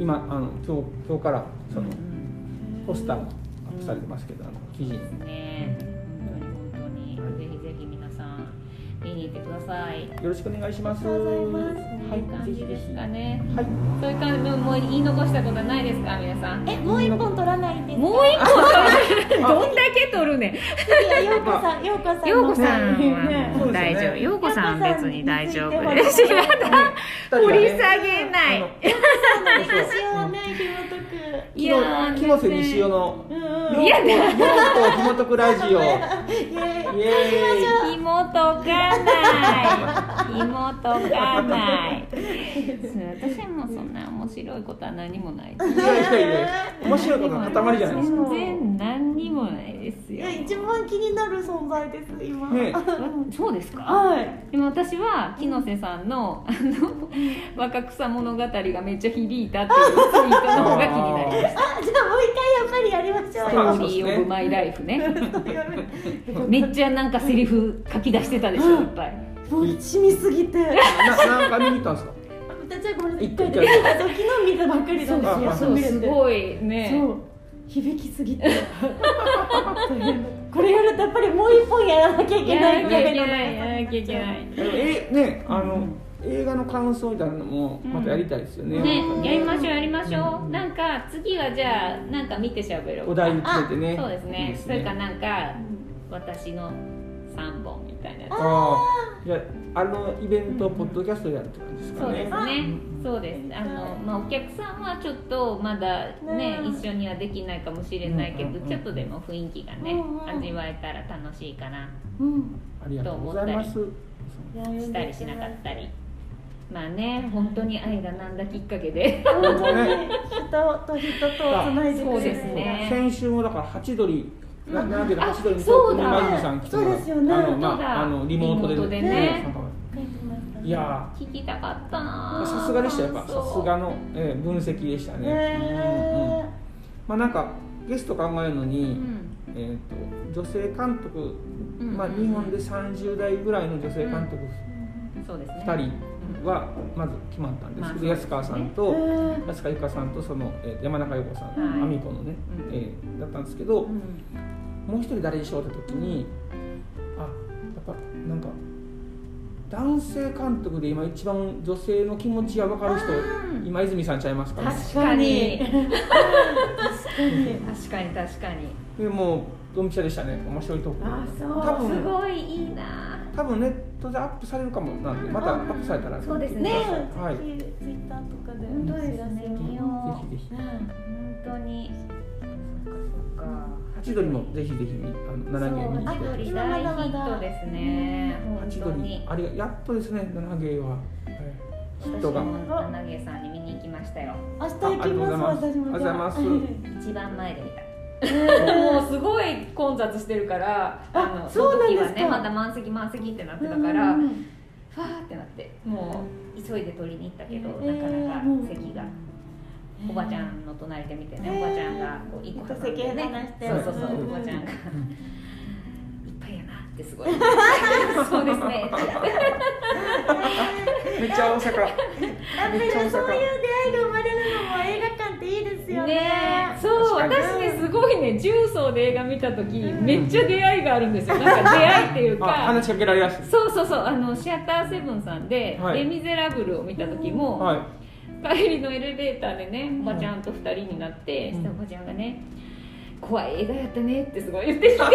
今あの今日今日からそのうんポスターもアップされてますけど、あの記事に。ね本当に本当に、ぜひぜひ皆さん見に行ってくださいよろしくお願いします。ありがとうございますははい感い、ぜじひぜですひ。かねはい。そういう感じもう言い残したことはないですか皆さんえ、もう一本取らないんですか。もう一個 どんだけ取るねん次はようこさん、ようこさんの。ようこさんねはもう大丈夫。ようこさんは別に大丈夫ようでこすさん。については 掘り下げない。二人がね。私は ね、ひもとく。いやー、清瀬西尾の。のうんうんようこようこひもとくラジオ。イエーイ。紐とかない。紐とかない。私はもうそんな面白いことは何もない。いやいやいや、面白いことの塊じゃないですか。全然何にもないですいよや。一番気になる存在です今ねそうですかはいでも私は木の瀬さんのあの若草物語がめっちゃ響いたっていうツイートの方が気になりまあしたじゃあもう一回やっぱりやりましょスうトよーリー・オブ・マイ・ライフねめ めっちゃなんかセリフ書き出してたでしょいっぱいもう染みすぎて な何回見に行ったんですか。私はごめんなさ一い回で昨日見たばっかりなんですよそうそう見れすてごいねそう響きすぎてこれやるとやっぱりもう一本やらなきゃいいやけないいやいやいやいやいやいでもえねあの、うん映画の感想みたいなのもまたやりたいですよね。なやんかねねやりましょうやりましょうなんか次はじゃあなんか見てしゃべろうお題言っててね。そうですいいねそれかなんかうん私の3本みたいなやつああ、じゃああのイベントをポッドキャストでやるって感じですそかうですね。ねそうですあの、まあ、お客さんはちょっとまだねね一緒にはできないかもしれないけうんどうんうんちょっとでも雰囲気がねうんうん味わえたら楽しいかなうんありがとうございます。したりしなかったりまあね本当に愛がなんだきっかけで本当に人と人とをつないでくそうれでるすね先週もだからハチドリ。ななんていうかあハチドリのそうだマジさん来てもらそうですよねあの本当だまああのリモートでリモートでね参加いやー聞きたかったなさすがでしたやっぱそうさすがの、えー分析でしたね、うんうんねまあなんかゲスト考えるのうに、んえー、と女性監督、うんまあ、日本で30代ぐらいの女性監督そうですね2人はまず決まったんですけど、まあ安川さんえと、ー安川由香さんとその、えー山中陽子さん、はいアミコのね、うんえーだったんですけど、うもうん一人誰にしようって時にあやっぱなんか男性監督で今一番女性の気持ちが分かる人うん今泉さんちゃいますから確かに確かに確かに確かにでもうドンピシャでしたね面白いトークあ多そ分すごいいいな多分ネットでアップされるかもなんでまたアップされたらそうですうねねはいぜひツイッターとかで本当ですねねぜひぜひ本当にそっかハチドリもぜひぜひあの7芸見に来そうハチドてリ大ヒットですねハ本チ当ドリにあれがやっとですね7芸は、え私ー、も人が七毛さんに見に行きましたよ明日行きます私もじゃありがとうございます一番前で見たもうすごい混雑してるからあのそうなんですかその時はねまだ満席満席ってなってたからうフんァーってなってもう急いで取りに行ったけどえーなかなか席がおばちゃんの隣で見てね、おばちゃんがこう一個挟んで座席離ねしてそうそうそう、うんおばち ゃんが「いっうんぱいやな」ってすごい そうですねめっちゃ大阪やっぱりそういう出会いが生まれるのも映画館っていいですよねねそう確か私にねすごいね重曹で映画見た時、めっちゃ出会いがあるんですよなんか出会いっていうあか話しかけられましそうそうそうあのシアターセブンさんで「はいレ・ミゼラブル」を見た時たも、はい帰りのエレベーターでねおばちゃんと二人になって、うんそしたらおばちゃんがね「怖い映画やったね」ってすごい言って きて「そう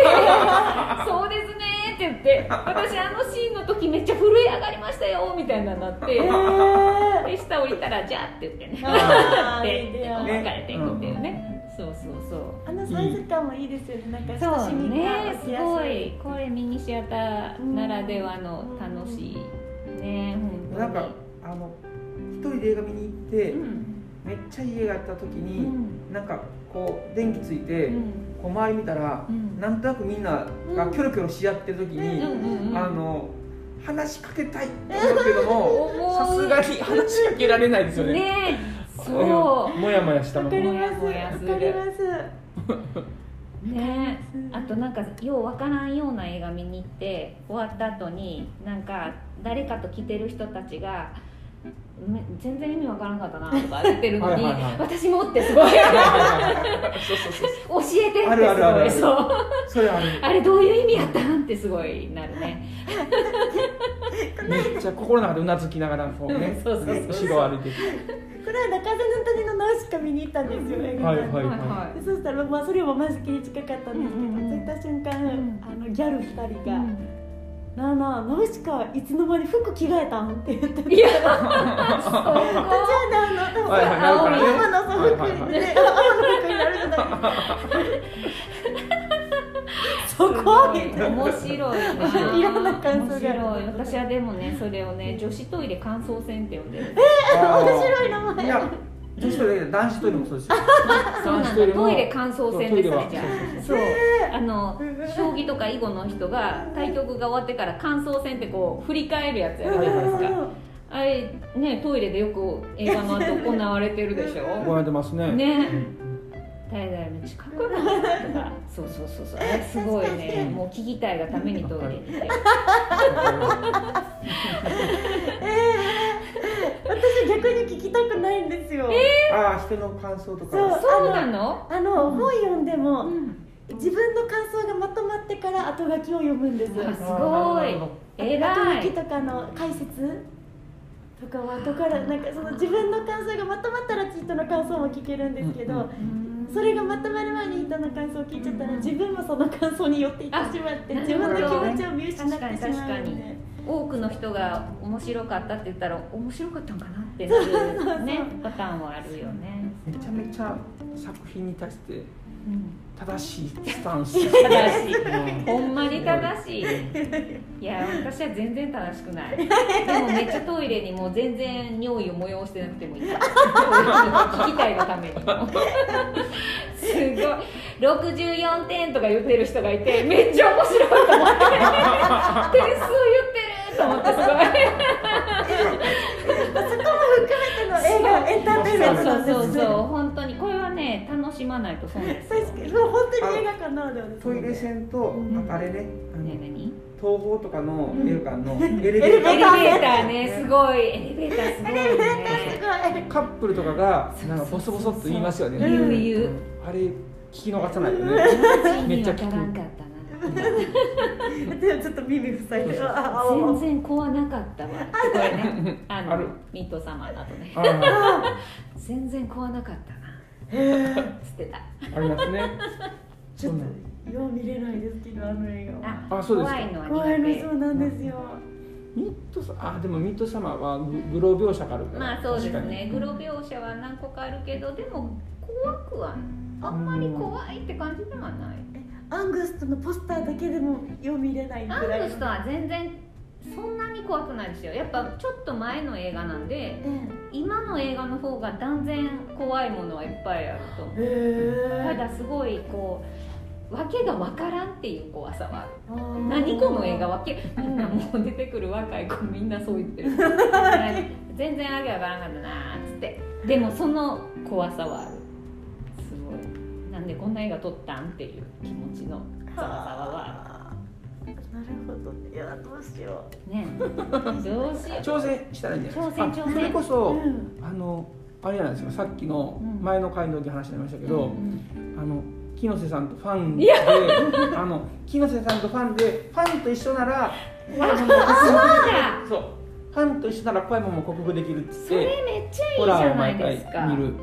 ですね」って言って「私あのシーンの時めっちゃ震え上がりましたよ」みたいなになってえーで下降りたら「じゃあ」って言ってねあーでいい出こう会い別れていくっていうね、そうそうそうあのサイズ感もいいですよねなんか親そしうみがね持すちやごすいいこれミニシアターならではの楽しいね本当になんかあの一人で映画見に行って、うんめっちゃいい映画やった時うに、んなんかこう電気ついて、うんこう周り見たら、うんなんとなくみんながキョロキョロし合ってる時うんに、うんうんあの話しかけたいと思うけども思うさすがに話しかけられないですよねねえうんそもやもやしたわまかま りうますもわやもやするかりますうねうえんあとなんかようわからんような映画見に行って終わった後になんか誰かと来てる人たちがめ全然意味わからんかったなとか言ってるのにはいはいはい私もってすごい教そうそうそうえてってすごいあるあるあるあるそうそれあれあれどういう意味やったんってすごいなるねめっちゃ心の中でうなずきながらこうねそうそうそうね後ろを歩いてるこの間風の谷のナウシカ見に行ったんですよ映画はい館はいはい、はでそしたら、まあ、それもマジキに近かったんですけど、うんうんうん着いた瞬間、うんあのギャル2人いがうん「なあなあナウシカいつの間に服着替えたん?」って言ってて。いや、そこ途中であの、多分、はいはいなるからね青のその服はいはいに、ね、青の服になるじゃないですか。そこみたいな面白いな。いろんな感想面があ白い。る私はでもね、それをね、女子トイレ乾燥線って呼んでる。あー面白い名前いや女子トイレだけど男子トイレもそうですよそうなんだ。トイレもトイレ乾燥線そうトですイレはじゃあ。そう。あの将棋とか囲碁の人が対局が終わってから乾燥線ってこう振り返るやつやるじゃないですか。あれね、トイレでよく映画の後行われてるでしごょ。めんてますねね。だいだいめっちゃかっこよかったとか。そうそうそうそう。あれすごいね。もう聞きたいがためにトイレに行って。私逆に聞きたくないんですよ。ああ人の感想とかそうそうなの？あの本読んでうもん。自分の感想がまとまってから後書きを読むんです。あすごい偉後書きいとかの解説とかは後からなんかその自分の感想がまとまったら人の感想も聞けるんですけど、うんうそれがまとまる前に人の感想を聞いちゃったら、自分もその感想に寄っていってしまってあ自分の気持ちを見失ってしまなうるほどのねで多くの人が面白かったって言ったら面白かったんかなってなるねパターンはあるよね、めちゃめちゃ作品に対してうん、正しいスタンス正しいうんほんまに正しいいや私は全然正しくないでもめっちゃトイレにもう全然尿意を催してなくてもいい聞きたいがためにすごい64点とか言ってる人がいてめっちゃ面白いと思って点数言ってると思ってすごい含めての映画エンターテインメントなんですそうそうそうそう本当にこれはね楽しまないと損です確かにもう本当に映画館ならではですトイレ線とうんなんかあれねあのね何東宝とかの映画館のエレエレベーベタエレーベーターねすごいエレベーターすごいエレベーターすねごいカップルとかがなんかボソボソっと言いますよねそうそうそう言う言うんあれ聞き逃さないよねめっちゃ意味わからん聞くかったでもちょっと耳塞いでああな全青然怖なかったわこれねあのあるミント様などねあー全然怖なかったな捨てたありますねちょそっうとなのよう見れないですけどあの映画はああそうですか怖いのは怖い苦の手そうなんですよミッドサあでもミッドサマーはググロ描写があるからまあそうです確かねにグロ描写は何個かあるけどでも怖くはあんまり怖いって感じではないアングストのポスターだけでもよう見れないぐアらいングスとは全然そんなに怖くないですよやっぱちょっと前の映画なんで今の映画の方が断然怖いものはいっぱいあると思うええただすごいこう訳が分からんっていう怖さはある何この映画わけみんなもう出てくる若い子みんなそう言ってる全全然わけわからなかったなーっつってでもその怖さはあるすごいなんでこんな映画撮ったんっていう気持ちのざわざわはああーなるほどいやどうしよるねどうしよう挑戦したらいいんじゃないですか挑戦挑戦あそれこう、そ、ん、あのあれなんですよさっきのうん前の回の時話になりましたけうど、んあの木瀬さんとファンいで あの木瀬さんとファンでファンと一緒ならそうだそうファンと一緒なら怖いもんも克服できるっつっそれてめっちゃいいホじラーゃをない毎回ですか見る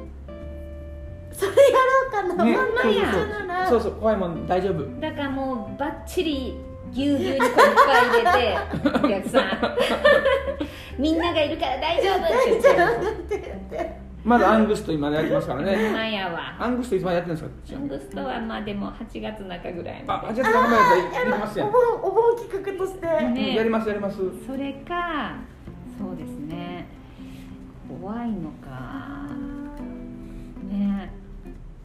それやろうかな、ねまんまやならそうそう怖いもん大丈夫だからもうばっちりぎゅうぎゅうにこういっぱい入 れてお客さん みんながいるから大丈夫って言ってまだアングスト今やってますからねマヤはアングストいつまでやってるんですシかングストはまあでも8月中ぐらいあまあじゃあ頑張れたらできますおやん盆お盆企画として、でねやりますやりますそれかそうですね怖いのかね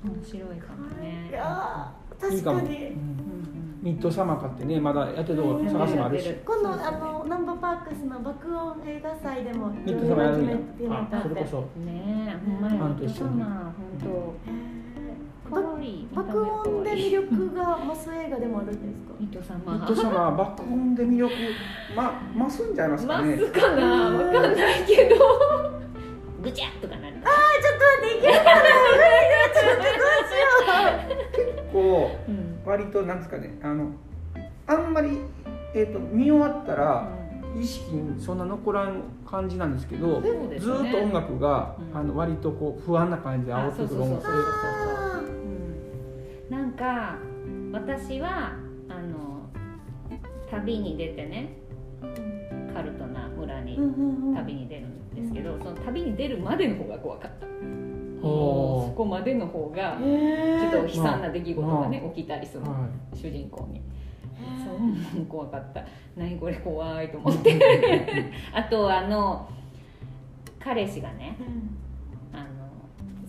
面白いかもいねやいーい確かかもにうんうんミッドサマー買ってねまだやってるとこうん探すのあるしやってる今度あのナンバーパークスの爆音映画祭でもミッドサマーやるんやああそれこそねえほんまやファンと一緒にまあ本当可愛い爆音で魅力が増す映画でもあるんですかミト様ミッドサマー爆音で魅力ま増すんじゃいますかマねスかなわかんないけどぐちゃっとかなるあーちょっと待っていけないちょっとどうしよこううん割となんですかねあのあんまり、えー、と見終わったら意識にそんな残らん感じなんですけどそうですねずーっと音楽が、うんあの割とこう不安な感じで煽あってそうくそうるそう音そう楽そうそううあうんなんか私はあの旅に出てねカルトな村ーにうんうんうん旅に出るんですけど、その旅に出るまでの方が怖かったおーもうそこまでの方がえちょっとー悲惨な出来事がね、起きたりするの、は主人公にえそうーもう怖かった何これ怖いと思ってあとあの彼氏がねうんあの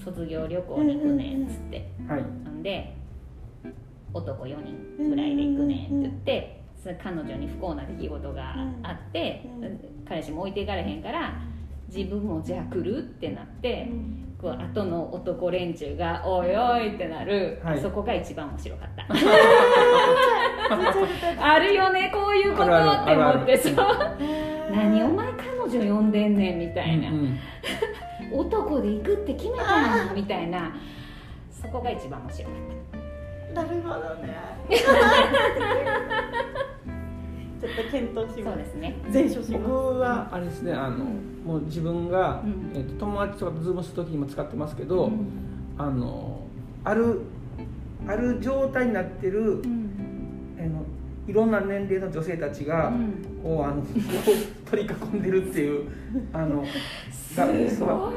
卒業旅行に行くねっつって、い、はい、んで男4人ぐらいで行くねって言って、それ彼女に不幸な出来事があって、うんうん彼氏も置いていかれへんから自分もじゃあ来るってなって、こう後の男連中が「おいおい」ってなる、はいそこが一番面白かっためっちゃ出たあるよねこういうことあるあるって思ってあさ「何お前彼女呼んでんねん」みたいなうんうん「男で行くって決めたやん」みたいなそこが一番面白かった。なるほどねちょっと検討しそますうですね全書し僕ますはあれですねあの、もう自分が、うんえー、と友達とかとズームする時にも使ってますけど、うんあのあるある状態になってる、あのいろんな年齢の女性たちが、うんをあの こう取り囲んでるって いうあのすがご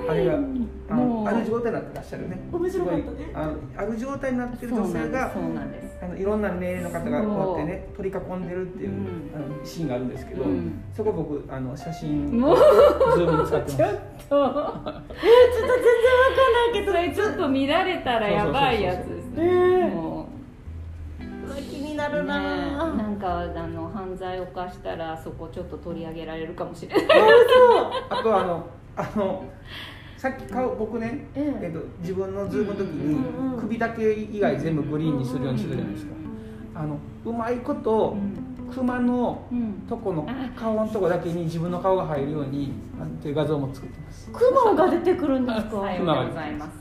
いあれがあものうある状態になってらっしゃるね面白かったねすごいあのある状態になってるそう女性なんですがそうなんですあのいろんな年齢の方がこうやってね取り囲んでるっていう、うんあのシーンがあるんですけど、うんそこ僕あの写真もうズームに使ってちょまっすとけどそれちょっと見られたらやばいやつですねそうそうそうそうねえもうわ気になうねるなぁなんかあの犯罪を犯したらそこちょっと取り上げられるかもしれないあとあのあのさっき顔僕ね、えええっと自分のズームの時うんうんに首だけ以外全部グリーンにするようにしてたじゃないですかあのうまいこと熊のうんとこのあ顔のとこだけに自分の顔が入るようにあのっていう画像も作ってますクマが出てくるんですかさようでございます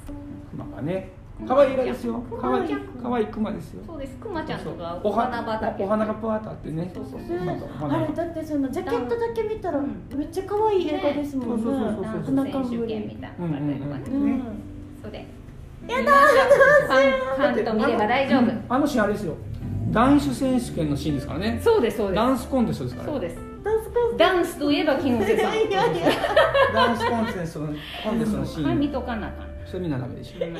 熊がね可愛いがですよ可愛い可愛い熊ですよそうですくまちゃんとかそうお花畑お花がぷわっとあってねそうそうねそう熊とお花あがれだってそのジャケットだけ見たらうんめっちゃ可愛い映画ですもんね。ねそうそうそうダン花ス選冠手権みたいなのとかねうんそれやだファンファンと見れば大丈夫あのシーンあれですよ男子選手権のシーンですからねそうですそうでダンスコンテストですかすらそうねですうんダンスコンダンスといえば木テ下いさんやいやいや。ダンスコンテストのコンテストのシこれー見ンとかなあかんそれみんなダメでしょうん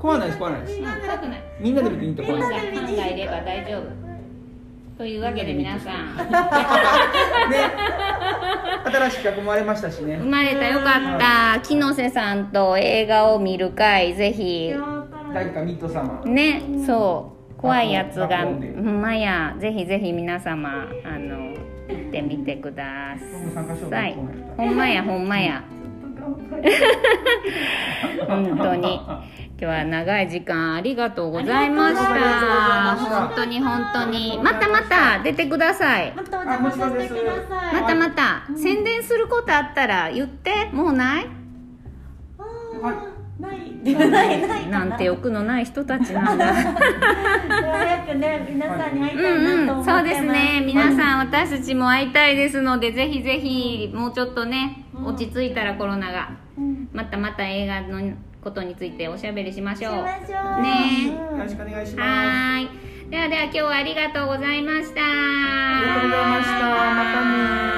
壊ないです壊ないですうん怖くないみんなで見ていいとフこ ァンながいファンがいれば大丈夫というわけで皆さん ね新しく生まれましたしね生まれたよかった木の瀬さんと映画を見る会ぜひ誰かミッド様ねそう怖いやつが爆音でうんまやぜひぜひ皆様あの行ってみてくだ僕も参加しようさいこうなったらほんまやほんま や本当に今日は長い時間ありがとうございましありがとうござたいました本当に本当にまたまた出てくださいまたお邪魔させてくださいまたまた宣伝することあったら言ってもうないないないないな んて欲のない人たちなんだ早くね皆さんに会いたいなとうんう思ん、ってます、そうですね皆さん私たちも会いたいですのでぜひぜひもうちょっとね落ち着いたらコロナが、またまた映画のことについておしゃべりしましょうしましょうねよろしくお願いしえますはーいではでは今日はありがとうございましたありがとうございましたまたね